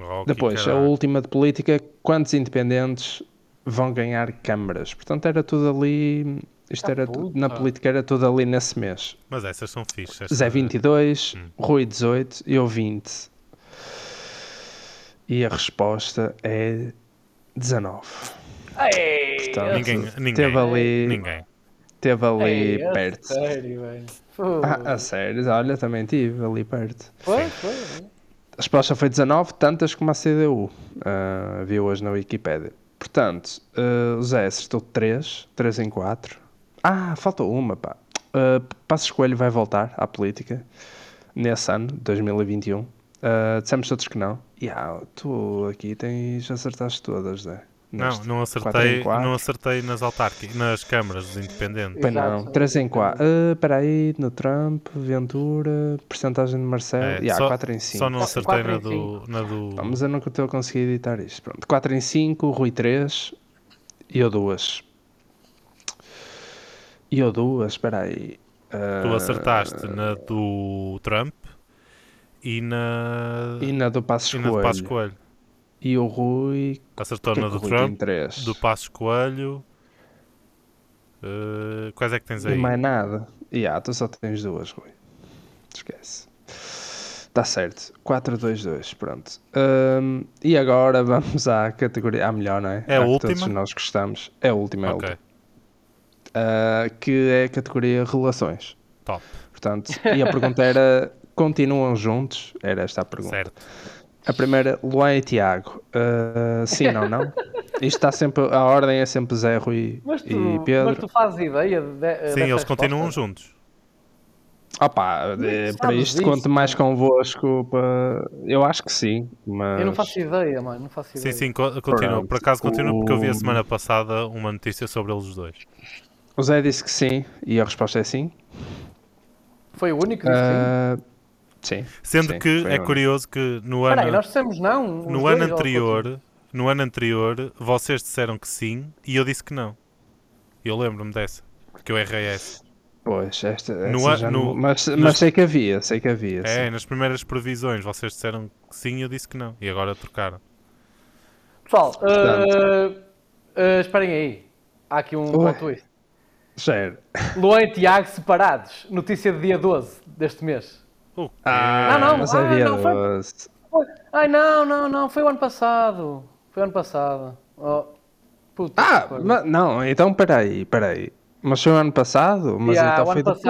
S1: Oh, que
S3: depois, é a
S1: caralho.
S3: última de política: quantos independentes vão ganhar câmaras? Portanto, era tudo ali. Isto
S2: Ah,
S3: era tu- na
S2: puta.
S3: política, era tudo ali nesse mês.
S1: Mas essas são fixas.
S3: Zé 22,
S1: Hum.
S3: Rui 18, eu 20. E a resposta é 19. Portanto,
S1: Ninguém, ninguém.
S3: um. teve ali,
S1: Ninguém.
S3: Teve ali
S2: Ei, é a
S3: perto.
S2: Sério, velho.
S3: Ah, a sério, olha, também tive ali perto.
S2: Foi, foi.
S3: A resposta foi 19, tantas como a CDU. ah, vi hoje na Wikipédia. Portanto, ah, o Zé acertou 3, 3 em 4. Ah, faltou uma, pá. Ah, Passos Coelho vai voltar à política nesse ano, 2021. Ah, dissemos todos que não. E ah, tu aqui tens, acertaste todas, Zé.
S1: Não,
S3: Neste-
S1: não
S3: Quatro em
S1: acertei,
S3: quatro.
S1: não acertei nas autárquicas, nas câmaras dos independentes.
S3: Pois
S2: Exato,
S3: não,
S2: são
S3: 3 em
S2: independentes.
S3: 4. Espera aí, no Trump, Ventura, porcentagem de Marcelo.
S1: É,
S3: e ah,
S1: só-
S3: 4 em 5.
S1: Só não
S2: Quatro em
S1: acertei na do.
S2: cinco.
S1: Na do...
S3: Pá, mas eu nunca estou a conseguir editar isto. Pronto, 4 em 5, Rui 3 e eu 2. E eu duas, espera aí. Ah,
S1: Tu acertaste na do Trump e na,
S3: E na do Passos
S1: e na do Passos
S3: Coelho.
S1: Coelho.
S3: E o Rui...
S1: Acertou
S3: que é
S1: na
S3: que o
S1: do
S3: Rui tem
S1: Trump,
S3: três?
S1: do Passos Coelho. eh, quais é que tens
S3: E
S1: aí?
S3: mais nada. E ah, tu só tens duas, Rui. Esquece. Está certo. 4, 2, 2. Pronto. Hum, e agora vamos à categoria. À melhor, não é?
S1: É a
S3: que
S1: última?
S3: Todos nós gostamos. É a última. é a
S1: ok,
S3: última. Ah, que é a categoria Relações.
S1: top,
S3: Portanto, e a pergunta era: continuam juntos? Era esta a pergunta.
S1: certo.
S3: A primeira, Luan e Tiago. Ah, sim ou não? Isto está sempre. A ordem é sempre Zé, Rui
S2: Mas tu,
S3: e Pedro.
S2: mas tu fazes ideia de,
S1: Sim, eles continuam juntos.
S3: Opa,
S2: Como é que
S3: eh,
S2: sabes
S3: para isto
S2: disso,
S3: conto mais convosco. pá, Eu acho que sim, mas.
S2: Eu não faço ideia, mano. Não faço
S1: Sim,
S2: ideia.
S1: sim, co- continua. Por
S3: Pronto,
S1: acaso continua porque eu vi a
S3: o-
S1: semana passada uma notícia sobre eles os dois.
S3: O Zé disse que sim e a resposta é sim.
S2: Foi o único que disse sim.
S3: Ah, sim.
S1: Sendo
S3: sim,
S1: que
S3: foi um.
S1: é
S3: onde.
S1: curioso que no ano,
S2: Peraí, nós dissemos não. os
S1: no
S2: dois,
S1: ano
S2: ou-
S1: anterior, no ano anterior, vocês disseram que sim e eu disse que não. Eu lembro-me dessa, porque eu errei essa.
S3: Pois, esta.
S1: No
S3: essa
S1: a-
S3: já
S1: no-
S3: não- mas, mas
S1: nas-
S3: sei que havia, sei que havia.
S1: É,
S3: sim.
S1: nas primeiras previsões vocês disseram que sim e eu disse que não. E agora trocaram.
S2: Pessoal,
S3: Portanto.
S2: ah, ah, esperem aí. Há aqui um
S3: Ué.
S2: plot twist.
S3: Já era.
S1: É.
S2: Luan e Tiago separados. Notícia de dia 12 deste mês.
S1: O quê?
S3: Ah,
S2: não,
S3: mas
S2: ah,
S3: havia
S2: não, foi-
S3: doce.
S2: Foi- Ai, não, não, não. Foi o ano passado. Foi o ano passado. Oh, puta
S3: Ah,
S2: que pariu.
S3: mas, não, então peraí, peraí. Mas foi o ano passado? Mas
S2: Yeah,
S3: então
S2: o
S3: foi
S2: ano
S3: depois.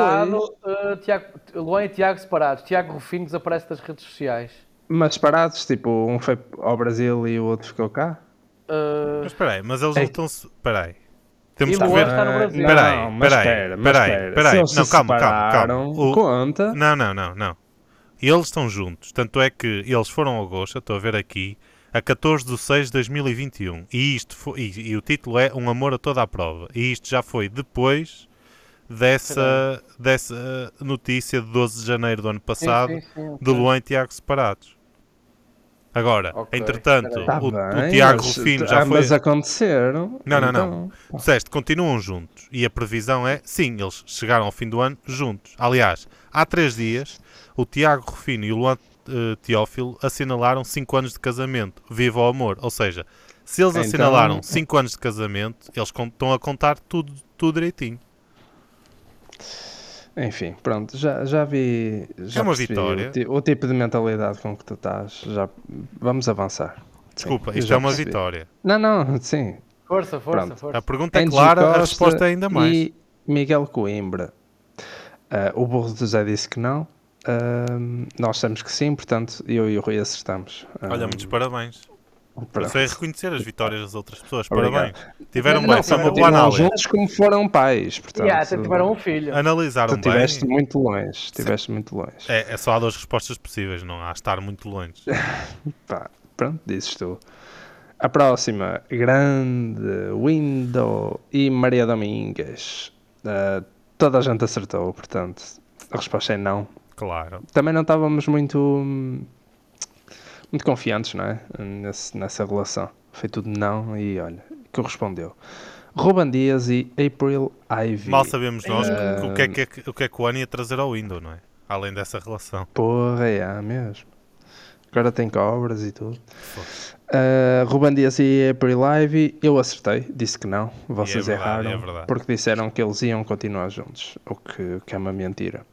S2: passado, ah, Tiago, Luan e Tiago separados. Tiago Rufino desaparece das redes sociais.
S3: Mas parados, tipo, um foi ao Brasil e o outro ficou cá?
S2: Ah,
S1: Mas espera aí, mas eles
S3: É que-
S1: não estão. se- Espera aí. Temos
S2: E
S1: que
S2: o
S1: ver.
S2: outro- está Tá, no Brasil.
S3: Não,
S1: Peraí,
S3: mas
S1: peraí,
S3: espera, mas
S1: peraí,
S3: espera.
S1: peraí.
S3: Se eles se
S1: Não, calma, calma, calma.
S3: separaram,
S1: O-
S3: Conta.
S1: Não, não, não, não. Eles estão juntos. Tanto é que eles foram ao Gosta, estou a ver aqui, a 14 de 6 de 2021. E, isto foi, e, e o título é Um Amor a Toda a Prova. E isto já foi depois dessa, dessa notícia de 12 de janeiro do ano
S2: sim,
S1: passado
S2: sim, sim,
S1: de Luan e Tiago separados. Agora,
S2: Ok,
S1: entretanto,
S2: espera
S3: Tá
S1: o, o
S3: bem,
S1: Tiago
S3: mas-
S1: Rufino já
S3: ah,
S1: foi.
S3: Mas aconteceram.
S1: Não, não,
S3: então.
S1: não. Disseste, continuam juntos. E a previsão é, sim, eles chegaram ao fim do ano juntos. Aliás, há três dias, o Tiago Rufino e o Luan eh, Teófilo assinalaram 5 anos de casamento. Viva o amor. Ou seja, se eles
S3: Então-
S1: assinalaram 5 anos de casamento, eles con- estão a contar tudo, tudo direitinho.
S3: Enfim, pronto, já, já vi. Já
S1: É uma
S3: percebi
S1: vitória.
S3: O, ti- o tipo de mentalidade com que tu estás. Já, vamos avançar. Sim,
S1: Desculpa,
S3: eu
S1: isto
S3: já
S1: é uma
S3: percebi.
S1: vitória.
S3: Não, não, sim.
S2: Força, força,
S3: Pronto.
S1: A
S2: força.
S1: pergunta é
S3: Andrew
S1: clara, a
S3: Costa
S1: resposta é ainda mais.
S3: E Miguel Coimbra. Ah, o burro do Zé disse que não. Ahm, nós sabemos que sim, portanto, eu e o Rui acertamos.
S1: Olha,
S3: Ahm,
S1: muitos parabéns. Eu
S3: pronto.
S1: sei reconhecer as vitórias das outras pessoas.
S3: Obrigado.
S1: Parabéns. Tiveram
S2: Não,
S1: bem,
S2: não,
S1: foi uma
S2: não,
S1: boa
S3: Continuam
S1: análise.
S3: juntos como foram pais, portanto.
S2: Yeah, até tiveram um filho.
S1: Analisaram
S3: Tu
S1: bem.
S3: estiveste muito longe, estiveste muito longe.
S1: É, é só há duas respostas possíveis, não há estar muito longe.
S3: Pá, pronto, dizes tu. A próxima, grande Window e Maria Domingues. Ah, toda a gente acertou, portanto, a resposta é não.
S1: Claro.
S3: Também não estávamos muito, hum, muito confiantes, não é? Nesse- nessa relação. Foi tudo não e olha, correspondeu. Ruben Dias e April Ivy.
S1: Mal sabemos nós que- o, que é que, é que- o que é que o ano ia trazer ao Windows, não é? Além dessa relação.
S3: Porra, é mesmo. Agora tem cobras e tudo.
S1: Fogo.
S3: Uh, Ruben Dias e April Live, eu acertei, disse que não, vocês
S1: verdade,
S3: erraram,
S1: é verdade.
S3: porque disseram que eles iam continuar juntos, o que, o que é uma mentira.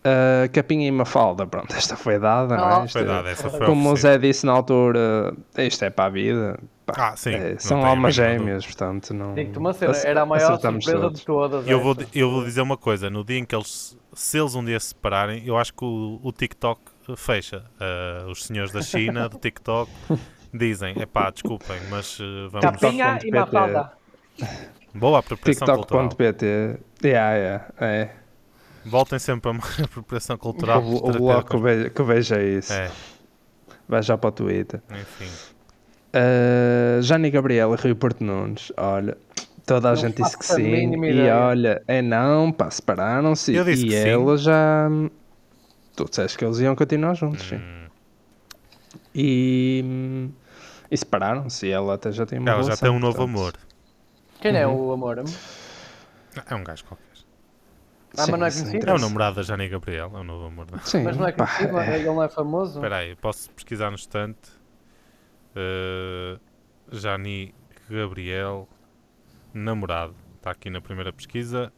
S3: Uh, Capinha e Mafalda, pronto, esta foi dada, não
S2: Ah,
S3: é? Isto
S1: Foi
S3: é-
S1: dada, essa foi
S3: Como o
S1: oferecida.
S3: Zé disse na altura, isto é para a vida, pá,
S1: Ah, sim.
S3: é,
S1: não
S3: são
S1: tenho a
S3: almas
S1: mínima dúvida.
S3: gêmeas, portanto, não.
S2: Digo-te uma cena,
S3: ac-
S2: era a maior
S3: acertamos
S2: surpresa
S3: todos.
S2: de todas. é
S1: Eu vou,
S2: essa.
S1: di- eu vou dizer uma coisa: no dia em que eles, se eles um dia se separarem, eu acho que o, o TikTok fecha. Ah, os senhores da China, do TikTok, dizem: epá, desculpem, mas eh, vamos.
S2: Capinha
S3: TikTok.pt.
S2: e Mafalda.
S1: Boa apropriação cultural.
S3: TikTok.pt, yeah, yeah, é.
S1: Voltem sempre a uma apropriação cultural.
S3: O, o
S1: para
S3: blog
S1: ter-
S3: que veja, que veja isso,
S1: É,
S3: vai já para o Twitter.
S1: enfim.
S3: Uh, Jani Gabriela e Rui Porto Nunes, olha, toda a
S2: Não
S3: gente disse que
S2: faço a
S3: sim.
S2: mínima
S3: E
S2: ideia.
S3: olha, é não, pá, separaram-se.
S1: Eu disse
S3: E
S1: que sim.
S3: ela já. hum, Tu disseste que eles iam continuar juntos, sim. E. hum, E separaram-se. E ela até já tem uma
S1: Ela já um
S3: relação,
S1: tem um novo
S2: Uhum.
S3: portanto.
S1: amor.
S2: Quem é o amor?
S1: É um gajo qualquer.
S2: Ah, mas não é
S3: Sim, sim,
S2: conhecido?
S1: É o
S3: interessa.
S1: namorado da Jani Gabriel, é o novo amor da.
S3: Sim,
S2: Mas não é
S3: pá,
S2: conhecido, não é- ele não é famoso.
S1: Espera aí, posso pesquisar no instante. Eh, Jani Gabriel, namorado. Está aqui na primeira pesquisa.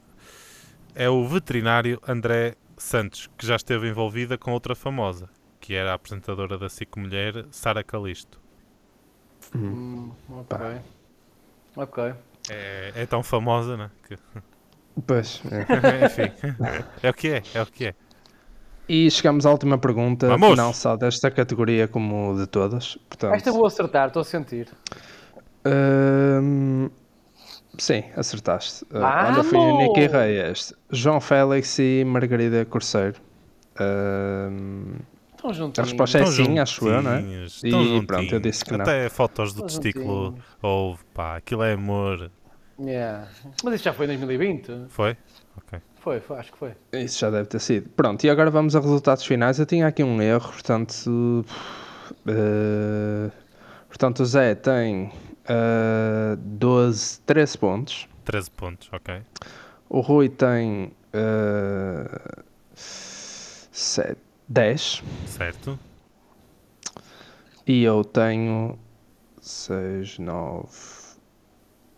S1: É o veterinário André Santos, que já esteve envolvida com outra famosa, que era a apresentadora da SIC Mulher, Sara Calisto.
S2: Hum, ok. Ok.
S1: É, é tão famosa, né? Que...
S3: pois, é.
S1: Enfim, é o que é, é o que é.
S3: E chegamos à última pergunta,
S1: Vamos!
S3: não só desta categoria como de todas. Portanto,
S2: Esta eu vou acertar, estou a sentir.
S3: hum, sim, acertaste. Uh, Olha, foi o Nicky
S2: Vamos!
S3: Reyes, João Félix e Margarida Corseiro. Hum,
S2: Estão
S3: a
S2: juntinhos.
S3: resposta é
S1: Estão
S3: sim, acho eu, não é?
S1: juntinhos,
S3: E
S1: estão
S3: pronto, eu disse que não.
S1: Até fotos do
S2: Estão
S1: testículo
S2: juntinhos.
S1: houve, pá, aquilo é amor.
S2: Yeah. Mas isso já foi em 2020?
S1: Foi?
S2: Foi, foi, acho que foi.
S3: Isso já deve ter sido. Pronto, e agora vamos a resultados finais. Eu tinha aqui um erro, portanto. eh, portanto, o Zé tem eh, 12, 13 pontos.
S1: 13 pontos, ok.
S3: O Rui tem eh, se- 10
S1: Certo.
S3: e eu tenho 6, 9,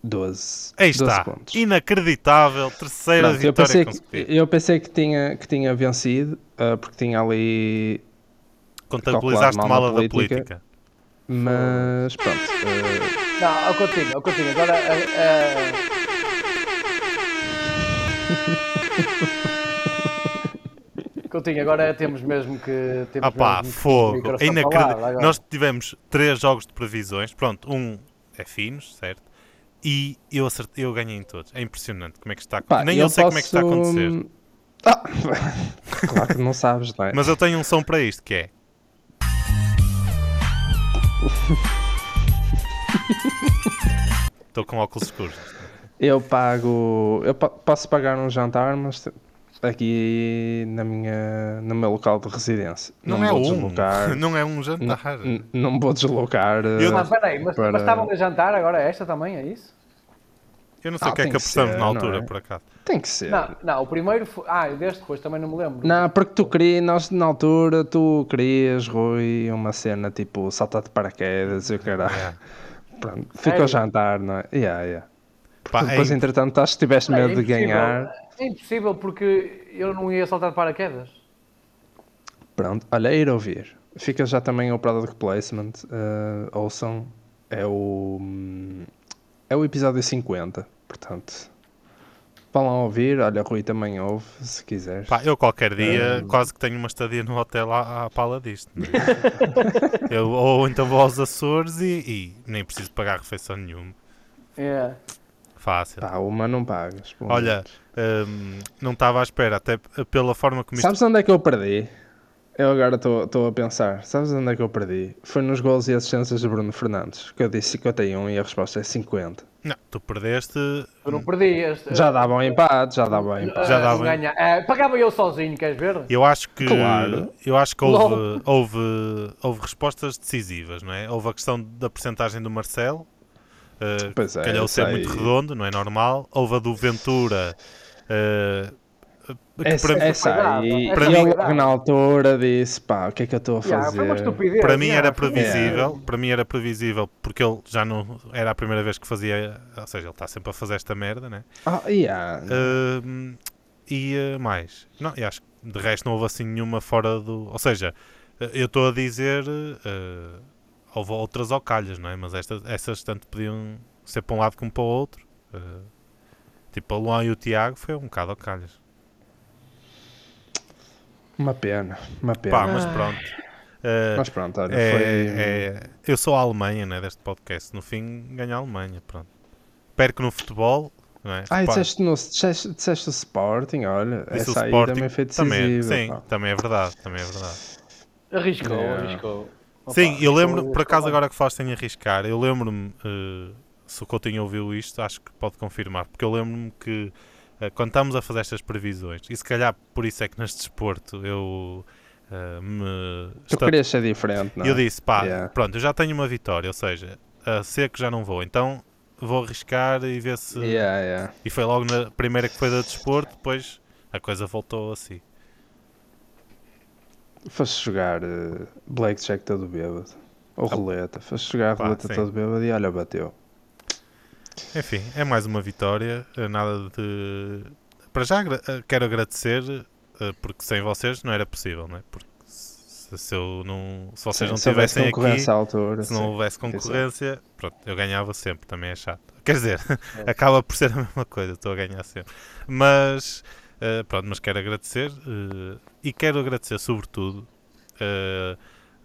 S3: 12.
S1: Aí está.
S3: pontos.
S1: Inacreditável. Terceira
S3: Pronto, eu,
S1: vitória
S3: pensei
S1: consecutiva.
S3: que, eu pensei que tinha, que tinha vencido, eh, porque tinha ali.
S1: Contabilizaste
S3: calculado
S1: mal
S3: mal
S1: a
S3: a
S1: da política.
S3: eh, política. Mas pronto. eh,
S2: Não, eu continuo, eu continuo. Agora. eh, eh, Coutinho, agora temos mesmo que. Temos
S1: Ah pá,
S2: mesmo que
S1: fogo.
S2: microfone
S1: É
S2: falado
S1: inacreditável.
S2: agora.
S1: Nós tivemos três jogos de previsões. Pronto, um é finos, certo? E eu, acertei, eu ganhei em todos. É impressionante como é que está a
S3: pá,
S1: Nem eu, sei como é que está a
S3: posso-
S1: acontecer.
S3: Ah, claro que não sabes, não é?
S1: Mas eu tenho um som para isto que é. Estou com óculos escuros.
S3: Eu pago. Eu po- posso pagar um jantar, mas te- aqui na minha, no meu local de residência.
S1: Não,
S3: me
S1: é
S3: vou
S1: um.
S3: deslocar. Hum,
S1: Não é um jantar.
S3: n- Não me vou deslocar.
S1: Eu-
S2: Mas
S3: eh,
S2: peraí, Ah, mas,
S3: para-
S2: mas estavam a jantar agora esta também, é isso?
S1: Eu não sei
S3: Ah,
S1: o que é
S3: tem
S1: que
S3: que
S1: apostamos
S3: ser,
S1: na
S3: não
S1: altura,
S3: é?
S1: por acaso.
S3: Tem que ser. Não.
S2: Não, não, o primeiro foi. Ah, e deste depois também não me lembro. Ah,
S3: porque tu querias, nós na altura, tu querias, Rui, uma cena tipo saltar de paraquedas e o caralho.
S1: Yeah.
S3: Pronto, fica
S2: Sério?
S3: o jantar, não é? Yeah, yeah.
S1: É. Pá,
S3: Depois,
S1: é
S3: entretanto, estás, tiveste
S2: É
S3: medo de
S2: impossível.
S3: ganhar.
S2: É impossível porque eu não ia saltar de paraquedas.
S3: Pronto, olha, é ir ouvir. Fica já também o Product Placement. eh, ouçam. É o. hum, É o episódio 50. Portanto. Vão lá ouvir. Olha, Rui também ouve, se quiseres.
S1: Pá, eu qualquer dia
S3: Ah.
S1: quase que tenho uma estadia no hotel à, à pala disto. não é? eu, ou então vou aos Açores e, e nem preciso pagar refeição nenhuma.
S2: É.
S1: Fácil.
S3: Pá, uma não pagas. pelo
S1: Olha,
S3: menos.
S1: hum, não estava à espera, até p- pela forma como isto.
S3: Sabes onde é que eu perdi? Eu agora estou a pensar. Sabes onde é que eu perdi? Foi nos gols e assistências de Bruno Fernandes. Que eu disse 51 e a resposta é 50.
S1: Não, tu perdeste.
S2: Eu não perdi este.
S3: Já dava um empate, já dava um empate.
S1: Já
S2: eh,
S1: dava.
S2: ganhar. Eh, pagava eu sozinho, queres ver?
S1: Eu acho que,
S3: Claro.
S1: eu acho que houve, houve, houve respostas decisivas, não é? Houve a questão da percentagem do Marcelo, uh,
S3: Pois é,
S1: calhou ser
S3: essa
S1: muito
S3: aí.
S1: redondo, não é normal. Houve a do Ventura, uh, que
S3: Essa,
S1: para, mim-
S3: essa
S2: Cuidado,
S3: aí,
S1: um
S2: essa
S3: É e eu
S2: cuidado.
S3: logo na altura disse, pá, o que é que eu estou a
S2: Yeah,
S3: fazer?
S2: foi uma estupidez.
S3: é
S1: para mim
S2: yeah,
S1: era
S2: foi uma-
S1: previsível, para mim era previsível, porque ele já não era a primeira vez que fazia, ou seja, ele está sempre a fazer esta merda, né?
S3: Ah, yeah.
S1: Ahm, e ah, mais. Não, e acho que de resto não houve assim nenhuma fora do. Ou seja, ah, eu estou a dizer. ah, houve outras ocalhas, não é? Mas estas, essas tanto podiam ser para um lado como para o outro. Ah, tipo, a Luan e o Tiago foi um bocado ocalhas.
S3: Uma pena, uma pena.
S1: Pá, mas pronto. Ah,
S3: É. Mas pronto, olha,
S1: é,
S3: foi...
S1: é- eu sou a Alemanha, né? Deste podcast. No fim, ganho a Alemanha. Pronto. Perco no futebol. Não é?
S3: Ah, e
S1: Repara,
S3: disseste, no, disseste, disseste o Sporting, olha,
S1: disse o
S3: essa aí
S1: Sporting.
S3: também foi decisiva.
S1: também, sim,
S3: pá.
S1: também é verdade. Também é verdade.
S2: É. Arriscou,
S3: Yeah.
S2: arriscou. Opa,
S1: Sim, eu
S2: arriscou,
S1: lembro, por
S2: arriscou.
S1: acaso agora que falaste em arriscar, eu lembro-me, eh, se o Coutinho ouviu isto, acho que pode confirmar, porque eu lembro-me que eh, quando estávamos a fazer estas previsões, e se calhar por isso é que neste desporto eu eh, me...
S3: Tu
S1: esta-
S3: querias ser diferente, não é?
S1: eu disse, pá,
S3: Yeah.
S1: pronto, eu já tenho uma vitória, ou seja, a seco já não vou, então vou arriscar e ver se...
S3: Yeah, yeah.
S1: E foi logo na primeira que foi da desporto, depois a coisa voltou a si.
S3: Foste jogar eh, Blackjack todo bêbado. Ou roleta. Foste jogar
S1: Pá,
S3: roleta
S1: Ah, sim.
S3: todo bêbado e olha, bateu.
S1: Enfim, é mais uma vitória. eh, Nada de. Para já agra- eh, quero agradecer, eh, porque sem vocês não era possível, não é? Porque se, se eu não. Se vocês
S3: Sim,
S1: não
S3: se houvesse
S1: estivessem aqui.
S3: concorrência à altura.
S1: Se não
S3: sim.
S1: houvesse concorrência, pronto, eu ganhava sempre, também é chato. Quer dizer,
S2: É.
S1: acaba por ser a mesma coisa, estou a ganhar sempre. Mas, eh, pronto, mas quero agradecer eh, e quero agradecer sobretudo eh,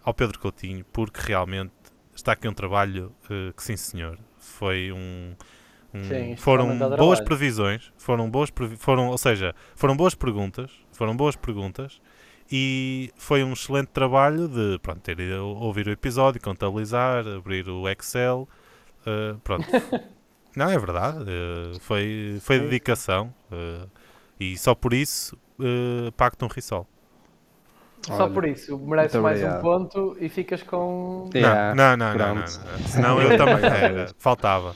S1: ao Pedro Coutinho, porque realmente está aqui um trabalho eh, que, sim senhor, foi um. um-
S2: Sim, isto
S1: foram
S2: realmente dá
S1: boas
S2: trabalho.
S1: previsões, foram boas, previ- foram, ou seja, foram boas perguntas, foram boas perguntas e foi um excelente trabalho de pronto, ter ido ouvir o episódio, contabilizar, abrir o Excel. eh, pronto. Não, é verdade. eh, foi, foi
S2: Sim.
S1: dedicação. eh, e só por isso eh, pacto um risol.
S2: Só
S3: Olha,
S2: por isso, merece
S3: muito
S2: mais um
S3: obrigado.
S2: ponto e ficas com.
S3: É. Yeah,
S1: não, não, não, não, não,
S3: pronto.
S1: não. Senão eu também era. Faltava.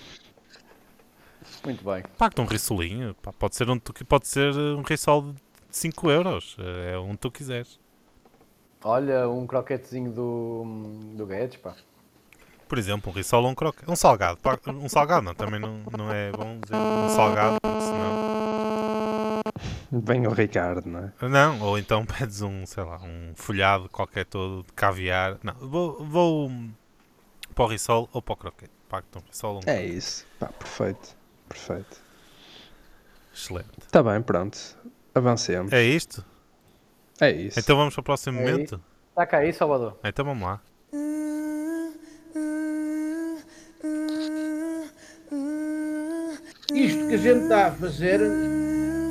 S2: Muito bem.
S1: Pacto um risolinho. pá, Pode ser um, tu- pode ser um risol de 5 euros. eh, É onde tu quiseres.
S2: Olha, um croquetezinho do, do Guedes, pá.
S1: Por exemplo, um risol ou um croque. Um salgado. pá, Um salgado não, também não, não é bom dizer um salgado, porque senão.
S3: Vem o Ricardo, não é?
S1: Não, ou então pedes um, sei lá, um folhado qualquer todo de caviar. Não, vou, vou hum, para o risol ou para o croquete. Pacto um risol ou um
S3: É
S1: croquete.
S3: isso. Pá, perfeito. Perfeito.
S1: Excelente.
S3: Está bem, pronto. Avancemos.
S1: É isto?
S3: É, isso.
S1: Então vamos para o próximo
S2: É
S1: momento?
S2: Está cá aí, Salvador.
S1: Então vamos lá.
S5: Isto que a gente está a fazer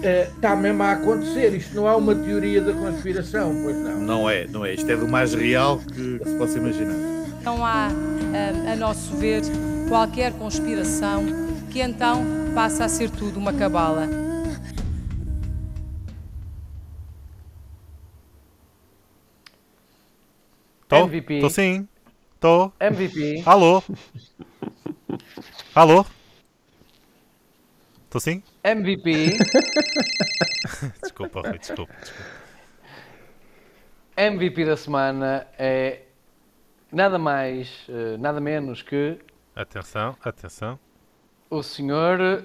S5: eh, está mesmo a acontecer. Isto não é uma teoria da conspiração, pois não.
S6: Não é, não é. Isto é do mais real que, que se possa imaginar.
S7: Não Então há, ah, a nosso ver, qualquer conspiração que então passa a ser tudo uma cabala.
S1: Tô?
S2: MVP.
S1: Tô sim. Tô.
S2: MVP.
S1: Alô? Alô? Tô sim?
S2: MVP.
S1: Desculpa, Rui, desculpa. desculpa.
S2: MVP da semana é nada mais, eh, nada menos que
S1: Atenção, atenção.
S2: o senhor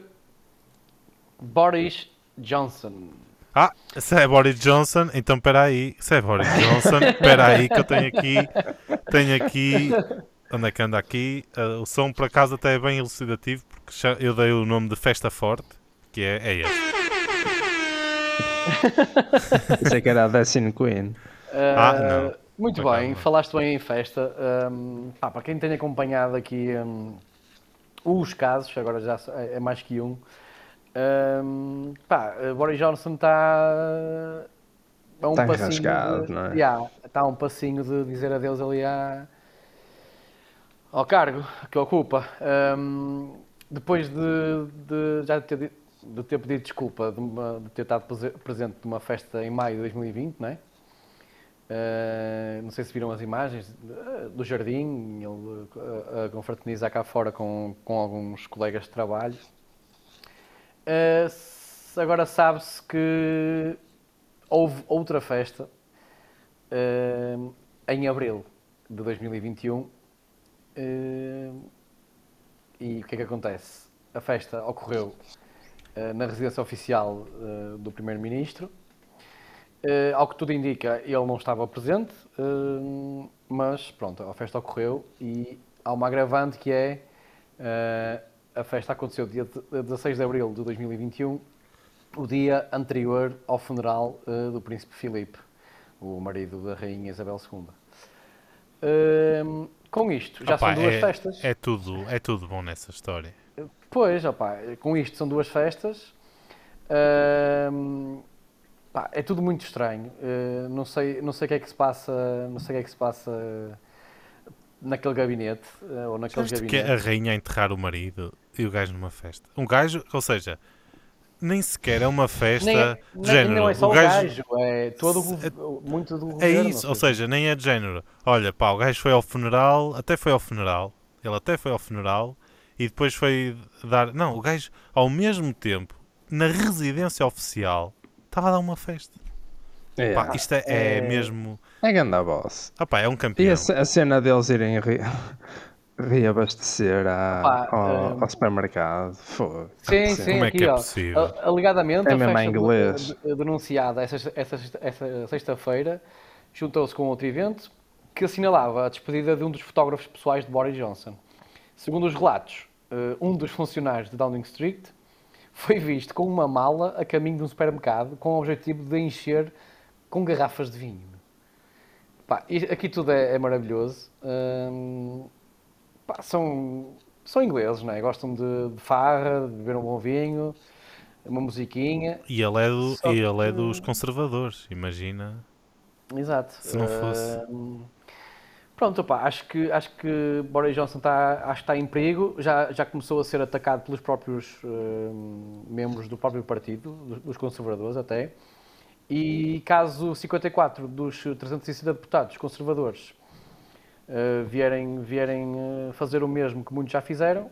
S2: Boris Johnson.
S1: Ah, se é Boris Johnson, então espera aí. Se é Boris Johnson, espera aí que eu tenho aqui. Tenho aqui. Onde é que anda aqui? Ah, o som por acaso até é bem elucidativo porque cha- eu dei o nome de Festa Forte, que é, é este.
S3: Pensei que era a Destiny Queen.
S2: Eh,
S1: Ah, não.
S2: Muito
S1: Por acaso
S2: bem,
S1: não.
S2: falaste bem em festa. Ahm, pá, para quem tem acompanhado aqui ahm, os casos, agora já so- é é mais que um, ahm, pá, eh, Boris Johnson está a um
S3: Tá
S2: passinho. de-
S3: enrascado, não é?
S2: Yeah, está a um passinho de dizer adeus ali à, ao cargo que ocupa. Ahm, depois de, de já ter, di- de ter pedido desculpa de, uma- de ter estado prese- presente numa festa em maio de 2020, não é? Ah, não sei se viram as imagens ah, do jardim, ele ah, ah, confraterniza cá fora com, com alguns colegas de trabalho. Ah, s- agora sabe-se que houve outra festa ah, em abril de 2021 eh, e o que é que acontece? A festa ocorreu eh, na residência oficial eh, do Primeiro-Ministro. Eh, ao que tudo indica, ele não estava presente, eh, mas pronto, a festa ocorreu e há uma agravante que é eh, a festa aconteceu dia de- 16 de abril de 2021, o dia anterior ao funeral eh, do Príncipe Filipe, o marido da Rainha Isabel II. Eh, com isto, já
S1: Opá,
S2: são duas
S1: é,
S2: festas.
S1: é tudo, é tudo bom nessa história.
S2: Pois, opá, com isto são duas festas. Ahm, pá, é tudo muito estranho. Eh, não sei, não sei o que é que se passa, não sei o que é que se passa naquele gabinete eh, ou naquele
S1: Sabes que é a
S2: gabinete.
S1: rainha a enterrar o marido e o gajo numa festa. Um gajo, ou seja, nem sequer é uma festa
S2: Nem é-
S1: de
S2: nem-
S1: género.
S2: não é só
S1: o
S2: o
S1: gajo,
S2: gajo, é todo o
S1: Se-
S2: gov- muito do
S1: É
S2: governo,
S1: isso, ou seja, nem é de género. Olha, pá, o gajo foi ao funeral, até foi ao funeral, ele até foi ao funeral e depois foi dar. Não, o gajo, ao mesmo tempo, na residência oficial, Estava a dar uma festa.
S3: É,
S1: Pá, isto é, é mesmo.
S3: é ganda boss.
S1: Ah, pá, é um
S3: E
S1: campeão.
S3: a, ce- a cena deles irem re- reabastecer à-
S2: Opa,
S3: ao,
S2: eh,
S3: ao supermercado. Fogo.
S2: Sim,
S3: Sim.
S2: sim,
S1: Como é
S2: aqui,
S1: que é
S2: ó.
S1: possível?
S2: A- Alegadamente,
S3: É
S2: a
S3: mesmo em
S2: festa de-
S3: inglês.
S2: de- denunciada essa, essa, essa sexta-feira juntou-se com outro evento que assinalava a despedida de um dos fotógrafos pessoais de Boris Johnson. Segundo os relatos, eh, um dos funcionários de Downing Street foi visto com uma mala a caminho de um supermercado com o objetivo de encher com garrafas de vinho. Pá, e aqui tudo é, é maravilhoso. Hum, pá, são, são ingleses, não é? Gostam de, de farra, de beber um bom vinho, uma musiquinha.
S1: E ele é, do-
S2: Só
S1: e ele é
S2: que-
S1: dos conservadores, imagina.
S2: Exato.
S1: Se não fosse.
S2: Hum, pronto, opá, acho que, acho que Boris Johnson está, acho que está em perigo. Já, já começou a ser atacado pelos próprios hum, membros do próprio partido, dos- dos conservadores até. E caso 54 dos 360 deputados conservadores eh, vierem, vierem eh, fazer o mesmo que muitos já fizeram,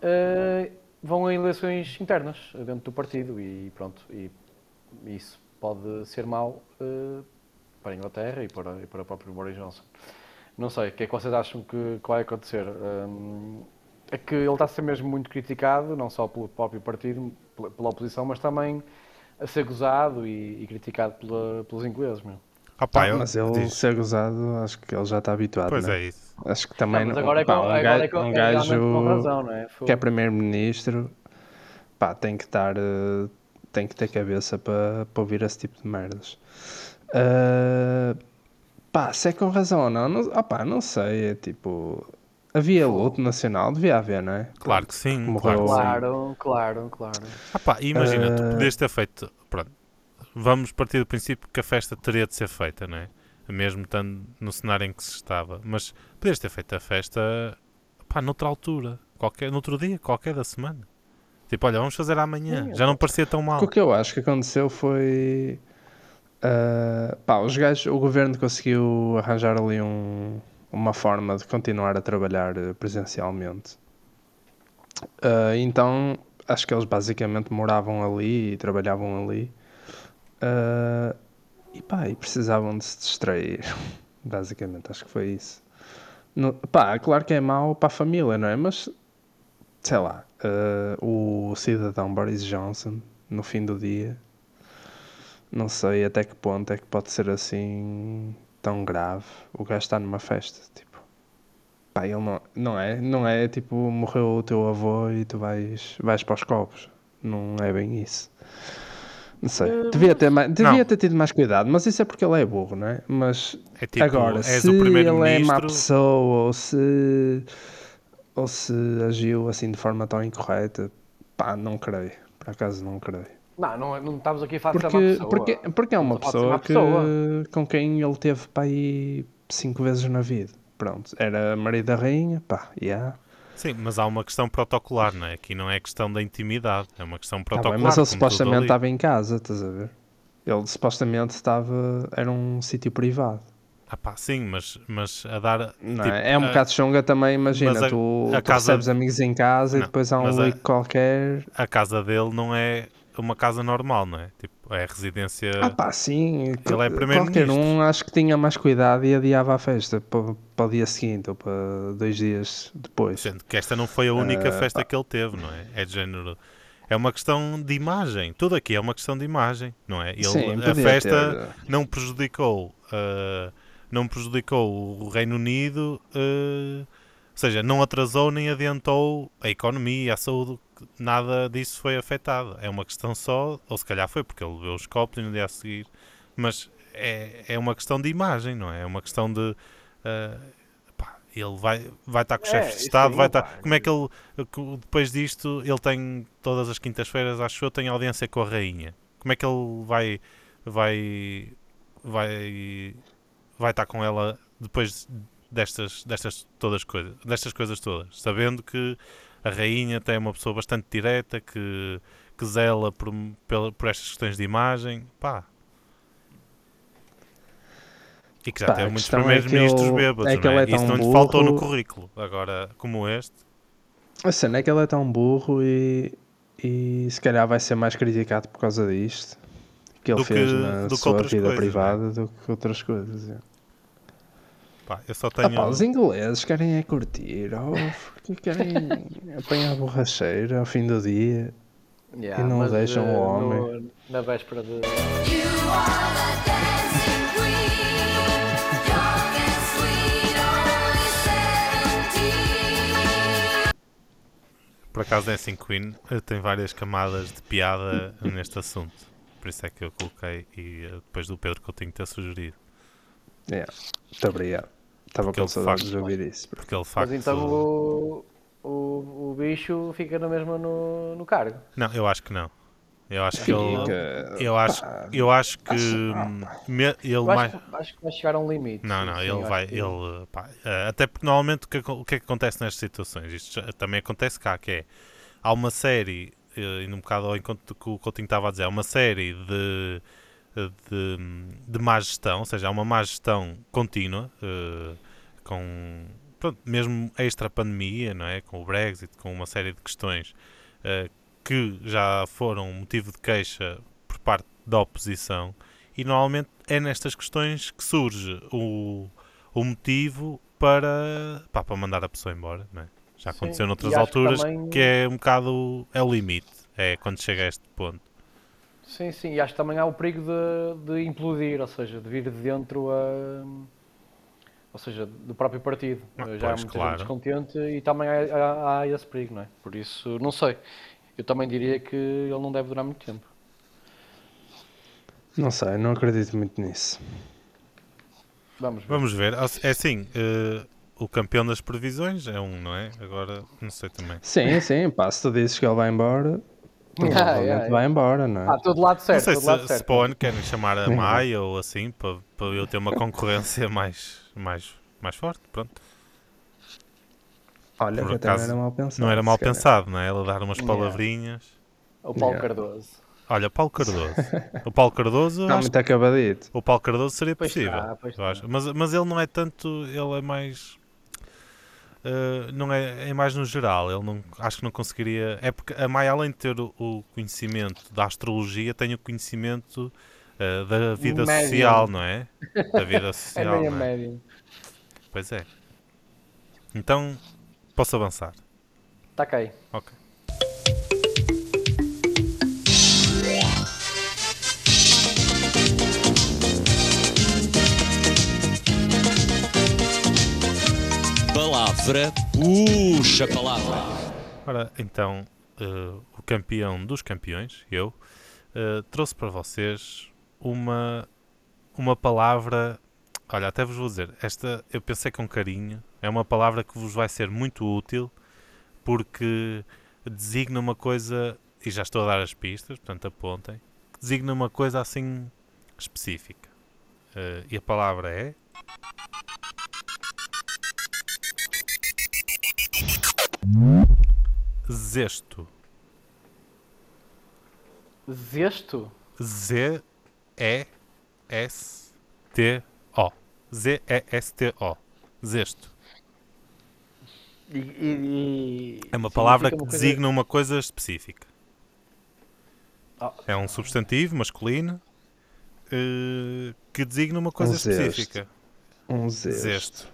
S2: eh, vão a eleições internas eh, dentro do partido e pronto. E isso pode ser mau eh, para a Inglaterra e para, e para o próprio Boris Johnson. Não sei, o que é que vocês acham que, que vai acontecer? Hum, é que ele está a ser mesmo muito criticado, não só pelo próprio partido, pela, pela oposição, mas também a ser gozado e, e criticado pela- pelos ingleses. Meu.
S1: Ah, pá, eu-
S3: mas ele
S1: diz-
S3: ser gozado, acho que ele já está habituado.
S1: Pois
S3: né?
S1: é isso.
S3: Acho que também.
S2: Não, mas
S3: não-
S2: agora é com,
S3: pá, um
S2: agora
S3: gajo-
S2: é com,
S3: um
S2: é realmente com
S3: gajo-
S2: razão, não é? Foi-
S3: que é primeiro-ministro, pá, tem que estar, eh, tem que ter cabeça para para ouvir esse tipo de merdas. Ah, pá, se é com razão ou não, não, ah pá, não sei, é tipo, havia luto nacional, devia haver, não é?
S1: Claro que sim. Claro
S3: Morreu.
S1: que sim.
S2: Claro, claro, claro.
S1: Ah pá, e imagina, tu
S3: Eh,
S1: podias ter feito. Pronto, vamos partir do princípio que a festa teria de ser feita, não é? Mesmo estando no cenário em que se estava. Mas podias ter feito a festa, pá, noutra altura, qualquer, noutro dia, qualquer da semana. Tipo, olha, vamos fazer amanhã. Já não parecia tão mal.
S3: O que eu acho que aconteceu foi, ah, pá, os gajos, o governo conseguiu arranjar ali um- uma forma de continuar a trabalhar eh, presencialmente. Ah, então acho que eles basicamente moravam ali e trabalhavam ali Ah, e pá, e precisavam de se distrair. Basicamente, acho que foi isso. No, pá, claro que é mau para a família, não é? Mas sei lá, ah, o cidadão Boris Johnson, no fim do dia, não sei até que ponto é que pode ser assim tão grave. O gajo está numa festa, tipo. Pá, ele não, não é, não é tipo, morreu o teu avô e tu vais, vais para os copos. Não é bem isso. Não sei. Devia ter, mais, devia ter tido mais cuidado, mas isso é porque ele é burro, não é? Mas
S1: É tipo,
S3: agora,
S1: és
S3: se
S1: o
S3: ele é má
S1: primeiro-ministro.
S3: pessoa ou se, ou se agiu assim de forma tão incorreta, pá, não creio. Por acaso não creio.
S2: Não, não, não estamos aqui a falar de ser má
S3: Porque,
S2: pessoa.
S3: porque, porque é uma
S2: Pode ser má
S3: pessoa, que,
S2: pessoa.
S3: com quem ele teve para aí cinco vezes na vida. Pronto, era marido da rainha, pá, yeah.
S1: Sim, mas há uma questão protocolar, não é? Aqui não é questão da intimidade, é uma questão
S3: Tá bem,
S1: protocolar.
S3: mas
S1: como
S3: ele
S1: tudo
S3: supostamente tá-
S1: ali.
S3: estava em casa, estás a ver? Ele supostamente estava. Era um sítio privado.
S1: Ah pá, sim, mas, mas a dar.
S3: Não
S1: tipo,
S3: é? É um
S1: a-
S3: bocado chunga também, imagina,
S1: mas a-
S3: tu,
S1: a
S3: tu
S1: casa-
S3: recebes amigos em casa
S1: Não,
S3: e depois há
S1: mas
S3: um
S1: a- eh,
S3: leak qualquer.
S1: a casa dele não é uma casa normal, não é? Tipo, é residência.
S3: Ah pá, sim,
S1: é
S3: qual-
S1: primeiro-ministro.
S3: qualquer um acho que tinha mais cuidado e adiava a festa para, para o dia seguinte ou para dois dias depois.
S1: Sendo que esta não foi a única
S3: Ah,
S1: festa que ele teve, não é? É de género. É uma questão de imagem. Tudo aqui é uma questão de imagem, não é? Ele-
S3: Sim,
S1: a
S3: podia é.
S1: festa não prejudicou, ah, não prejudicou o Reino Unido, ah, ou seja, não atrasou nem adiantou a economia, a saúde, nada disso foi afetado. É uma questão só, ou se calhar foi porque ele bebeu os copos e no dia a seguir, mas é, é uma questão de imagem, não é? É uma questão de ah, pá, ele vai, vai estar com o
S2: É,
S1: chefe de
S2: isso
S1: Estado,
S2: aí,
S1: vai estar.
S2: pá.
S1: Como é que ele. co- Depois disto, ele tem. Todas as quintas-feiras, acho eu, tem audiência com a rainha. Como é que ele vai. Vai. Vai. Vai estar com ela depois destas, destas todas coisas. Destas coisas todas. Sabendo que a rainha tem uma pessoa bastante direta que. Que zela por, pela- por estas questões de imagem, pá. E que já
S3: Pá,
S1: teve
S3: a
S1: muitos
S3: questão é que
S1: primeiros-ministros
S3: ele-
S1: bêbados,
S3: é que
S1: não é?
S3: ele é
S1: Isso não
S3: tão
S1: lhe faltou no
S3: burro.
S1: currículo. Agora, como este,
S3: A cena é que ele é tão burro e, e se calhar vai ser mais criticado por causa disto. que ele
S1: Do
S3: fez
S1: que-
S3: na
S1: do que
S3: sua
S1: outras
S3: vida
S1: coisas, né?
S3: privada do que outras coisas. é.
S1: Pá, eu só
S3: Ah,
S1: tenho.
S3: pá, os ingleses querem é curtir, oh, porque querem apanhar a borracheira ao fim do dia.
S2: Yeah,
S3: E não
S2: mas,
S3: deixam
S2: eh,
S3: o homem.
S2: no- na véspera de.
S1: Por acaso Dancing Queen eh, tem várias camadas de piada neste assunto. Por isso é que eu coloquei e eh, depois do Pedro Coutinho ter sugerido.
S3: Yeah. É, Muito obrigado. Estava
S1: Porque
S3: com
S1: ele
S3: saudades
S1: faz-
S3: de ouvir isso. bro.
S1: Porque ele de
S2: Mas
S1: facto.
S2: então o, o, o bicho fica na mesma no, no cargo.
S1: Não, eu acho que não. Eu acho que ele.
S3: Fica-
S1: Eu acho, eu acho que hum, me- ele
S2: Eu acho,
S1: mais.
S2: que- acho que vai chegar a um limite.
S1: Não,
S2: sim,
S1: não,
S2: sim, eu
S1: ele
S2: acho
S1: vai.
S2: que-
S1: Ele, pá, eh, até porque normalmente o que, acon- o que é que acontece nestas situações? Isto já- também acontece cá, que é. Há uma série, eh, indo um bocado ao encontro do que o Coutinho estava a dizer, há uma série de, eh, de, de má gestão, ou seja, há uma má gestão contínua, eh, com. pronto, mesmo extra-pandemia, não é? Com o Brexit, com uma série de questões eh, que já foram motivo de queixa por parte da oposição e normalmente é nestas questões que surge o, o motivo para, pá, para mandar a pessoa embora. não é? Já
S2: Sim,
S1: aconteceu
S2: e
S1: noutras
S2: acho que
S1: alturas
S2: também-
S1: que é um bocado é o limite, é quando chega a este ponto.
S2: Sim, sim, e acho que também há o perigo de, de implodir, ou seja, de vir de dentro a. Ou seja, do próprio partido.
S1: Ah,
S2: Já há
S1: pois,
S2: muita
S1: claro.
S2: gente descontente e também há, há- há esse perigo, não é? Por isso, não sei. Eu também diria que ele não deve durar muito tempo.
S3: Não sei, não acredito muito nisso.
S2: Vamos ver.
S1: Vamos ver, é assim, eh, o campeão das previsões é um, não é? Agora, não sei também.
S3: Sim, sim, pá, se tu dizes que ele vai embora,
S2: Ah,
S3: provavelmente
S2: é, é.
S3: vai embora, não é?
S2: Ah, todo lado certo,
S1: não
S2: todo
S1: sei
S2: lado
S1: se, se
S2: certo.
S1: para o ano querem chamar a Maia ou assim, para, para eu ter uma concorrência mais, mais, mais forte, pronto.
S3: Olha,
S1: por
S3: que até não
S1: acaso,
S3: era mal pensado.
S1: Não era mal
S3: se calhar.
S1: pensado, não é? Ela dar umas palavrinhas.
S2: O Paulo
S3: Yeah.
S2: Cardoso.
S1: Olha, Paulo Cardoso. O Paulo Cardoso, eu
S3: Está
S1: acho
S3: Tá muito acabadito.
S1: O Paulo Cardoso seria
S2: Pois
S1: possível.
S2: está, pois
S1: eu acho. Mas, mas ele não é tanto. Ele é mais. eh, não é, é mais no geral. Ele não, acho que não conseguiria. É porque a Maia, além de ter o, o conhecimento da astrologia, tem o conhecimento eh, da vida
S2: Médium.
S1: social, não é? Da vida
S2: É
S1: social.
S2: meia
S1: não é?
S2: média.
S1: Pois é. Então, posso avançar.
S2: Está cá aí.
S1: Ok.
S4: Palavra puxa palavra.
S1: Ora, então, eh, o campeão dos campeões, eu, eh, trouxe para vocês uma, uma palavra. Olha, até vos vou dizer, esta eu pensei com carinho, é uma palavra que vos vai ser muito útil porque designa uma coisa, e já estou a dar as pistas, portanto apontem, que designa uma coisa assim específica. Eh, e a palavra é. Zesto.
S2: Zesto?
S1: Z-E-S-T-O. Z-E-S-T-O. Zesto.
S2: E, e- e-
S1: É uma
S2: significa
S1: palavra que
S2: uma coisa-
S1: designa uma coisa específica.
S2: Ah.
S1: É um substantivo masculino eh, que designa
S2: É
S1: uma coisa
S3: zesto.
S1: específica.
S3: Um zesto.
S1: Zesto.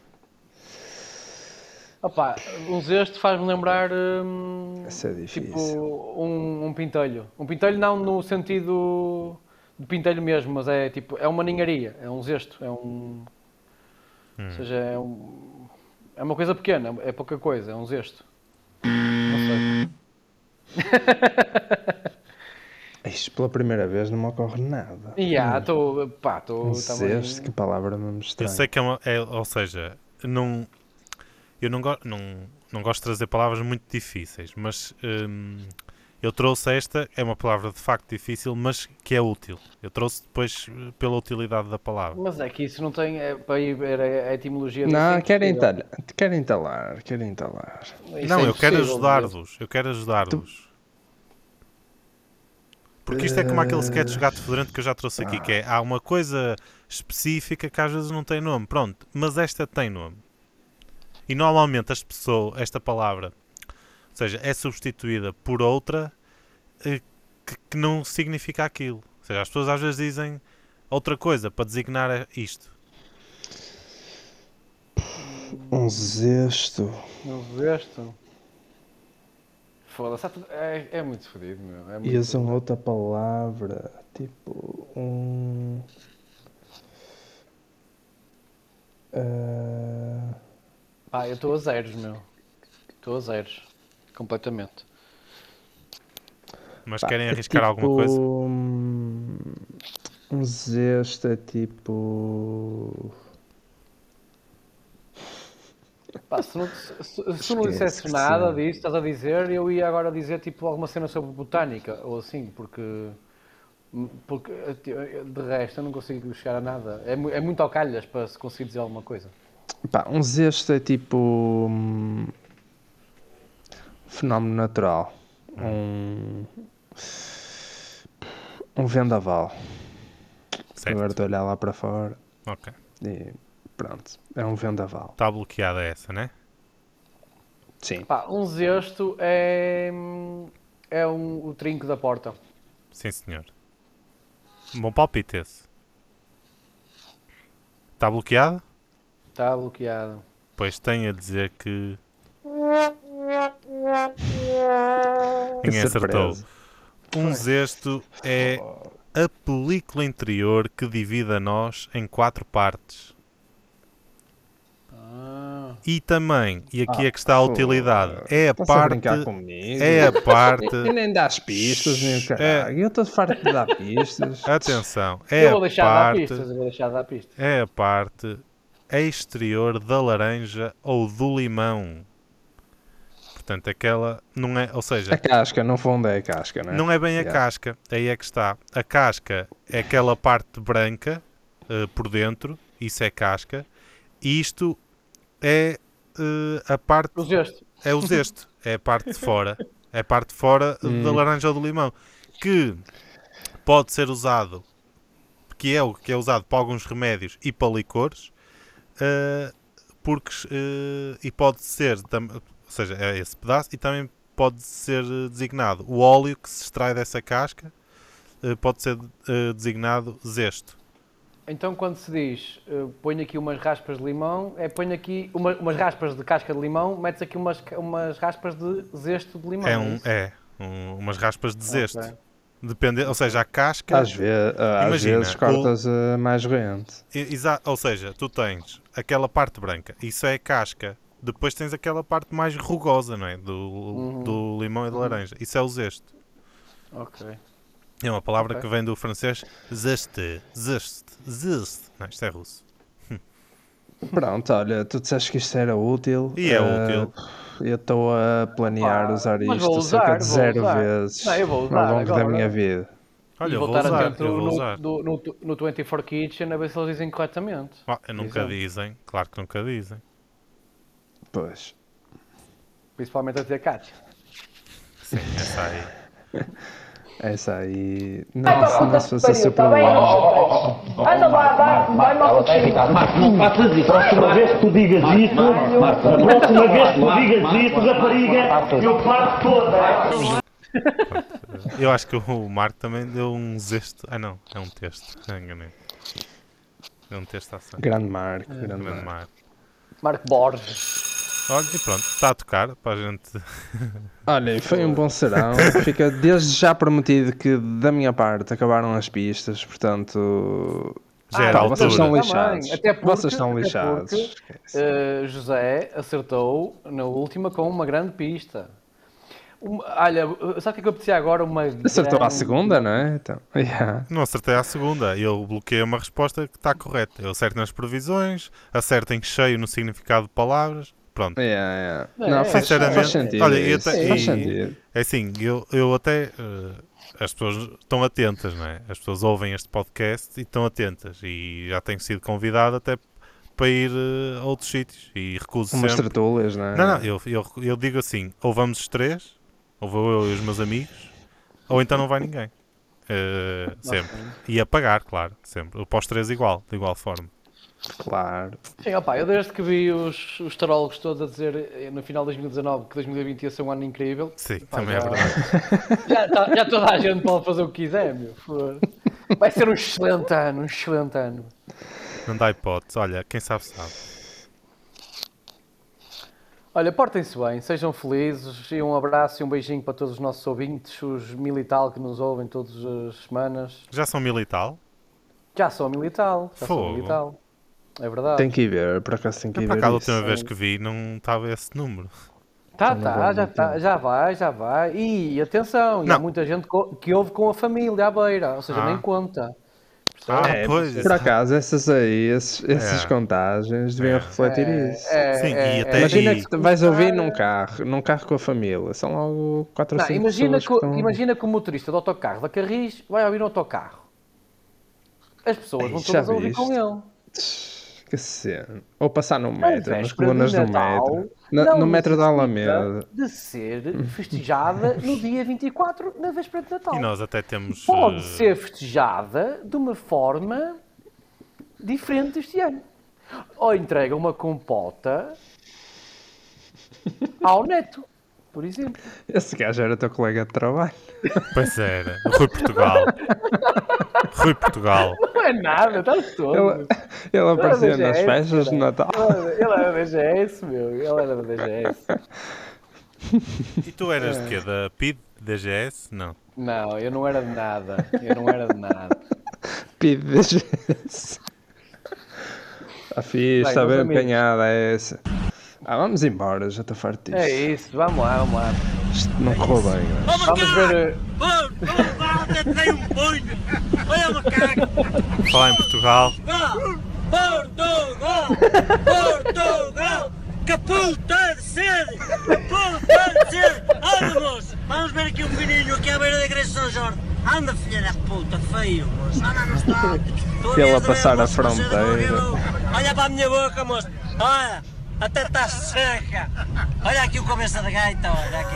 S2: Opa, um zesto faz-me lembrar hum,
S3: Isso é difícil.
S2: tipo um, um pintelho. Um pintelho não no sentido de pintelho mesmo, mas é tipo, é uma ninharia, é um zesto, é um.
S1: Hum.
S2: Ou seja, é um. É uma coisa pequena, é pouca coisa, é um zesto. Não
S3: Isto pela primeira vez não me ocorre nada.
S2: sei. E há, estou. Pá, tá estou.
S3: Hum. Um zesto, que palavra mesmo
S1: Eu
S3: estranha.
S1: sei que é uma. é- ou seja, não. Eu não, go- não, não gosto de trazer palavras muito difíceis, mas hum, eu trouxe esta. É uma palavra de facto difícil, mas que é útil. Eu trouxe depois eh, pela utilidade da palavra.
S2: Mas é que isso não tem. É, para ir ver a, a etimologia disso é
S3: Não, querem
S2: impossível.
S3: talar, querem talar, querem talar.
S2: Isso
S1: não,
S2: é
S1: eu quero
S2: impossível de dizer.
S1: ajudar-vos. Eu quero ajudar-vos. Porque isto é como aquele sketch do gato fedorento que eu já trouxe aqui, que é há uma coisa específica que às vezes não tem nome. Pronto, mas esta tem nome. E normalmente as pessoas, esta palavra, ou seja, é substituída por outra eh, que, que não significa aquilo. seja, as pessoas às vezes dizem outra coisa para designar isto.
S3: Um zesto.
S2: Não veste? Foda-se, há tudo- é, é muito fodido, meu. É muito
S3: E um usam outra palavra. Tipo, um. Ah,
S2: Ah, eu estou a zeros, meu. Estou a zeros. Completamente.
S1: Mas
S3: pá,
S1: querem
S3: é
S1: arriscar alguma
S3: tipo,
S1: coisa?
S3: Um, um zesto é tipo.
S2: Pá, se não, se, se- se tu não
S3: Esquece,
S2: dissesse nada
S3: sim.
S2: disto, estás a dizer, eu ia agora dizer tipo alguma cena sobre botânica ou assim, porque. Porque eh, de resto eu não consigo chegar a nada. É, mu- é muito ao calhas para se conseguir dizer alguma coisa.
S3: Pá, um zesto é tipo. Um fenómeno natural. Um. Um vendaval. Agora
S1: Certo.
S3: estou a olhar lá para fora
S1: Ok.
S3: e pronto. É um vendaval.
S1: Está bloqueada essa, né?
S3: Sim.
S2: Pá, um zesto é. hum, É um, o trinco da porta.
S1: Sim, senhor. Um bom palpite esse. Está bloqueado?
S2: Está bloqueado.
S1: Pois tenho a dizer que.
S3: Que
S1: Ninguém acertou.
S3: surpresa.
S1: Um zesto é a película interior que divide a nós em quatro partes.
S2: Ah,
S1: E também, e aqui é que
S3: Ah,
S1: está a utilidade, é a
S3: Estás Tá a
S1: parte.
S3: brincar comigo?
S1: É a
S3: E
S1: parte. É.
S3: nem das pistas, nem o caralho. Eu estou farto de dar pistas.
S1: Atenção, é
S2: eu
S1: a
S2: vou deixar
S1: parte.
S2: dar pistas, eu vou deixar dar pistas.
S1: É a parte exterior da laranja ou do limão. Portanto, aquela não é, ou
S3: A
S1: seja,
S3: casca, no fundo é a casca, não é?
S1: não é bem a
S3: Yeah.
S1: casca. Aí é que está. A casca é aquela parte branca eh, por dentro, isso é casca. E isto é eh, a parte
S2: O zesto.
S1: é o zesto, é a parte de fora, é a parte de fora da laranja ou do limão, que pode ser usado, que é o que é usado para alguns remédios e para licores, eh, porque eh, e pode ser, tam- ou seja, é esse pedaço e também pode ser eh, designado o óleo que se extrai dessa casca eh, pode ser eh, designado zesto.
S2: Então, quando se diz eh, ponho aqui umas raspas de limão, é ponho aqui uma- umas raspas de casca de limão, metes aqui umas, ca- umas raspas de zesto de limão.
S1: É
S2: é
S1: um,
S2: isso?
S1: é um- umas raspas de zesto.
S2: Ok.
S1: Depende, ou seja, a casca
S3: Às, ve- às
S1: Imagina,
S3: vezes cortas a mais rente.
S1: E- exa- ou seja, tu tens aquela parte branca, isso é a casca. Depois tens aquela parte mais rugosa, não é? Do,
S2: Uhum.
S1: do limão e da laranja. Isso é o zesto.
S2: Ok.
S1: É uma palavra
S2: Ok.
S1: que vem do francês zeste, zeste, zeste. Não, isto é russo.
S3: Pronto, olha, tu disseste que isto era útil.
S1: E é
S3: eh,
S1: útil.
S3: Eu estou a planear
S2: Pá,
S3: usar
S2: Ah, mas vou
S3: isto
S2: usar,
S3: cerca de
S2: vou
S3: zero
S2: usar.
S3: vezes
S2: Não, eu vou usar
S3: ao longo da
S2: agora.
S3: minha vida.
S1: Olha,
S2: e
S1: eu vou
S2: voltar
S1: usar.
S2: atento
S1: eu vou
S2: no,
S1: usar.
S2: do- no, tu- no 24 Kitchen a ver se eles dizem corretamente.
S1: Ah, eu nunca
S2: Exato.
S1: dizem, claro que nunca dizem.
S3: Pois.
S2: Principalmente a dizer Cátia.
S1: Sim, essa aí.
S3: Essa é aí. Não, se não se fosse super
S2: tá
S8: Anda, vai, vai, vai mal
S9: Marco, não faças isso. Próxima vez que tu digas isso, Marco, a próxima vez que tu digas isso, rapariga, eu parto toda.
S1: Eu acho que o Marco também deu um zesto. Ah, não, é um texto. Ah, Enganei. É um texto à sangue.
S3: Grande
S2: É.
S3: Marco, grande
S1: Grande
S3: Marco.
S1: Marco.
S2: Marco Borges.
S1: Olha, e pronto, está a tocar para a gente.
S3: Olha, e foi um bom serão. Fica desde já prometido que da minha parte acabaram as pistas, portanto.
S1: Já era
S3: pá,
S1: a
S3: vocês
S1: altura.
S3: estão
S2: Também,
S3: lixados.
S2: Tá até porque-
S3: vocês estão
S2: até
S3: lixados.
S2: porque, eh, José acertou na última com uma grande pista. Uma- olha, eh, sabe o que é que eu pedi agora? Uma
S3: Acertou à
S2: grande-
S3: segunda, não é? Então, yeah.
S1: Não acertei à segunda. Eu bloqueei uma resposta que está correta. Eu acerto nas previsões, acerto em cheio no significado de palavras. Pronto.
S3: Yeah, yeah.
S2: É,
S3: Não, faz,
S1: sinceramente,
S3: faz sentido.
S1: olha, eu
S3: isso,
S1: te-
S3: faz
S1: e-
S3: sentido.
S1: É assim, eu, eu até. eh, as pessoas estão atentas, não é? As pessoas ouvem este podcast e estão atentas. E já tenho sido convidado até para ir eh, a outros sítios. E recuso
S3: Umas
S1: sempre.
S3: tertúlias, não é?
S1: Não, não, eu, eu, eu digo assim: ou vamos os três, ou vou eu e os meus amigos, ou então não vai ninguém. Eh, sempre. E a pagar, claro, sempre. Eu para os três igual, de igual forma.
S3: Claro.
S2: Sim, opá, eu desde que vi os, os tarólogos todos a dizer eh, no final de 2019 que 2020 ia ser um ano incrível,
S1: Sim,
S2: Pá,
S1: também é
S2: já-
S1: verdade.
S2: já, tá- já toda a gente pode fazer o que quiser, meu. foda-se. Vai ser um excelente ano, um excelente ano.
S1: Não dá hipótese. Olha, quem sabe sabe.
S2: Olha, portem-se bem, sejam felizes e um abraço e um beijinho para todos os nossos ouvintes, os milital que nos ouvem todas as semanas.
S1: Já são mil e tal?
S2: Já sou milital, já sou
S1: Fogo.
S2: milital. É verdade.
S3: Tem que ir ver, por acaso tem que
S1: Eu,
S3: ir
S1: por
S3: ver.
S1: acaso, É a
S3: isso.
S1: última vez que vi, não estava esse número.
S2: Tá,
S3: Então,
S2: tá,
S3: agora
S2: já,
S3: não
S2: tá,
S3: tem.
S2: já vai, já vai. E atenção, e há
S1: Não.
S2: muita gente co- que ouve com a família à beira, ou seja,
S1: Ah.
S2: nem conta.
S1: Ah,
S3: É,
S1: pois.
S3: Por acaso, essas aí, esses, essas
S1: É.
S3: contagens deviam
S1: É.
S3: refletir isso.
S2: É,
S1: Sim,
S2: é,
S1: e
S2: é.
S1: até
S3: Imagina
S1: e-
S3: que vais ouvir num carro, num carro com a família, são logo 4 ou
S2: Não,
S3: 5
S2: imagina,
S3: pessoas
S2: que,
S3: que estão...
S2: imagina que o motorista do autocarro da Carris vai ouvir um autocarro. As pessoas
S3: Ei,
S2: vão
S3: já
S2: todas a ouvir
S3: viste?
S2: com ele.
S3: Que cena. Ou passar no Um metro,
S2: A
S3: nas
S2: É véspera de
S3: colunas do
S2: Natal
S3: metro, na-
S2: não
S3: no metro da
S2: necessita
S3: Alameda.
S2: De ser festejada no dia 24, na véspera de Natal.
S1: E nós até temos.
S2: Pode
S1: eh,
S2: ser festejada de uma forma diferente este ano. Ou entrega uma compota ao neto, por exemplo.
S3: Esse gajo era teu colega de trabalho.
S1: Pois era. Rui Portugal. Rui Portugal.
S2: Não é nada, estás todo.
S3: Ele, ele aparecia
S2: mas é
S3: nas
S2: esse,
S3: festas de Natal.
S2: Ele era da DGS, meu. Ele era da DGS.
S1: E tu eras de quê? Da PID? Da GS? Não.
S2: Não, eu não era de nada. Eu não era de nada.
S3: Pide das vezes. Está fixe,
S2: Bem,
S3: está
S2: meus
S3: bem
S2: amigos.
S3: apanhada essa. Ah, vamos embora, já estou farto disto.
S2: É isso, vamos lá, vamos lá.
S3: Isto não correu bem. né?
S2: Vamos ver. uh,
S4: um
S1: Falar em Portugal.
S10: um
S3: Ele a passar a fronteira.
S10: Olha para a minha boca, moço. Olha, até está seca. Olha aqui o cabeça de gaita, olha aqui.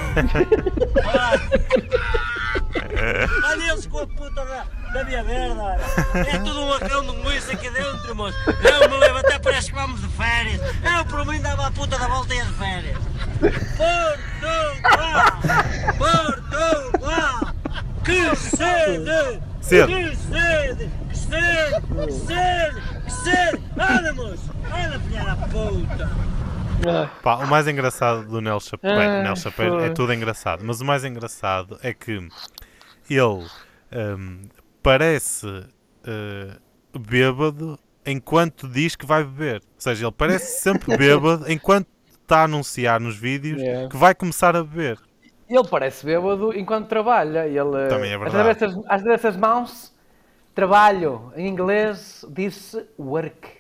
S10: Olha, olha eles com a puta da, da minha merda, olha. É tudo um arcão de moço aqui dentro, moço. Não me leva, até parece que vamos de férias. Eu, por mim, dava a puta da volta e ia de férias. Portugal! Portugal! Que sede!
S1: Sede.
S10: Que sede! Sede! Sede! Sede! Olha, moço! Olha, filha da puta!
S1: Pá, o mais engraçado do Nel Chapeiro,
S2: Ah,
S1: Nel Chapeiro é
S2: foi.
S1: tudo engraçado, mas o mais engraçado é que ele hum, parece eh, bêbado enquanto diz que vai beber. Ou seja, ele parece sempre bêbado enquanto está a anunciar nos vídeos
S2: Yeah.
S1: que vai começar a beber.
S2: Ele parece bêbado enquanto trabalha. Ele, uh,
S1: Também é verdade.
S2: Através das, através das mãos, trabalho. Em inglês diz-se work.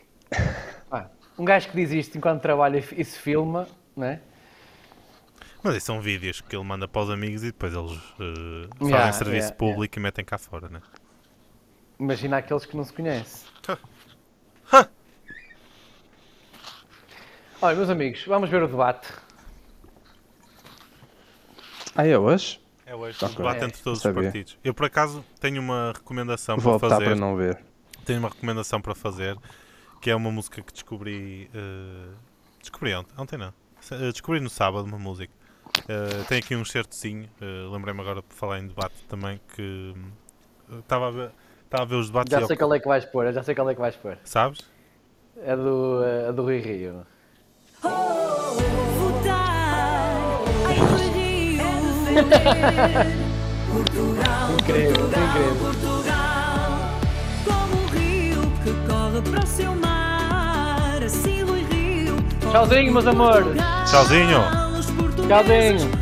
S2: Ah, um gajo que diz isto enquanto trabalha e, f- e se filma, né?
S1: Mas esses são vídeos que ele manda para os amigos e depois eles eh, fazem
S2: Yeah,
S1: serviço
S2: yeah,
S1: público e metem cá fora, né?
S2: imagina aqueles que não se conhecem. Olha, meus amigos, vamos ver o debate.
S3: Ah, é hoje?
S1: É hoje
S3: Ok.
S1: debate entre todos os
S3: Sabia.
S1: partidos. Eu, por acaso, tenho uma recomendação
S3: Vou
S1: para
S3: optar
S1: fazer.
S3: para não ver.
S1: tenho uma recomendação para fazer, que é uma música que descobri. eh, descobri ontem, ontem não. Se- eh, Descobri no sábado uma música. Eh, tem aqui um certozinho, lembrei-me agora de falar em debate também, que hum, eu estava a ver. Estava a ver os debates
S2: Já
S1: e
S2: sei
S1: eu-
S2: qual é que vais pôr, eu já sei qual é que vais pôr.
S1: Sabes?
S2: É do, uh, a do Rui Rio. Tchauzinho, meus amores.
S7: um
S1: Tchauzinho!
S7: assim
S2: Tchauzinho.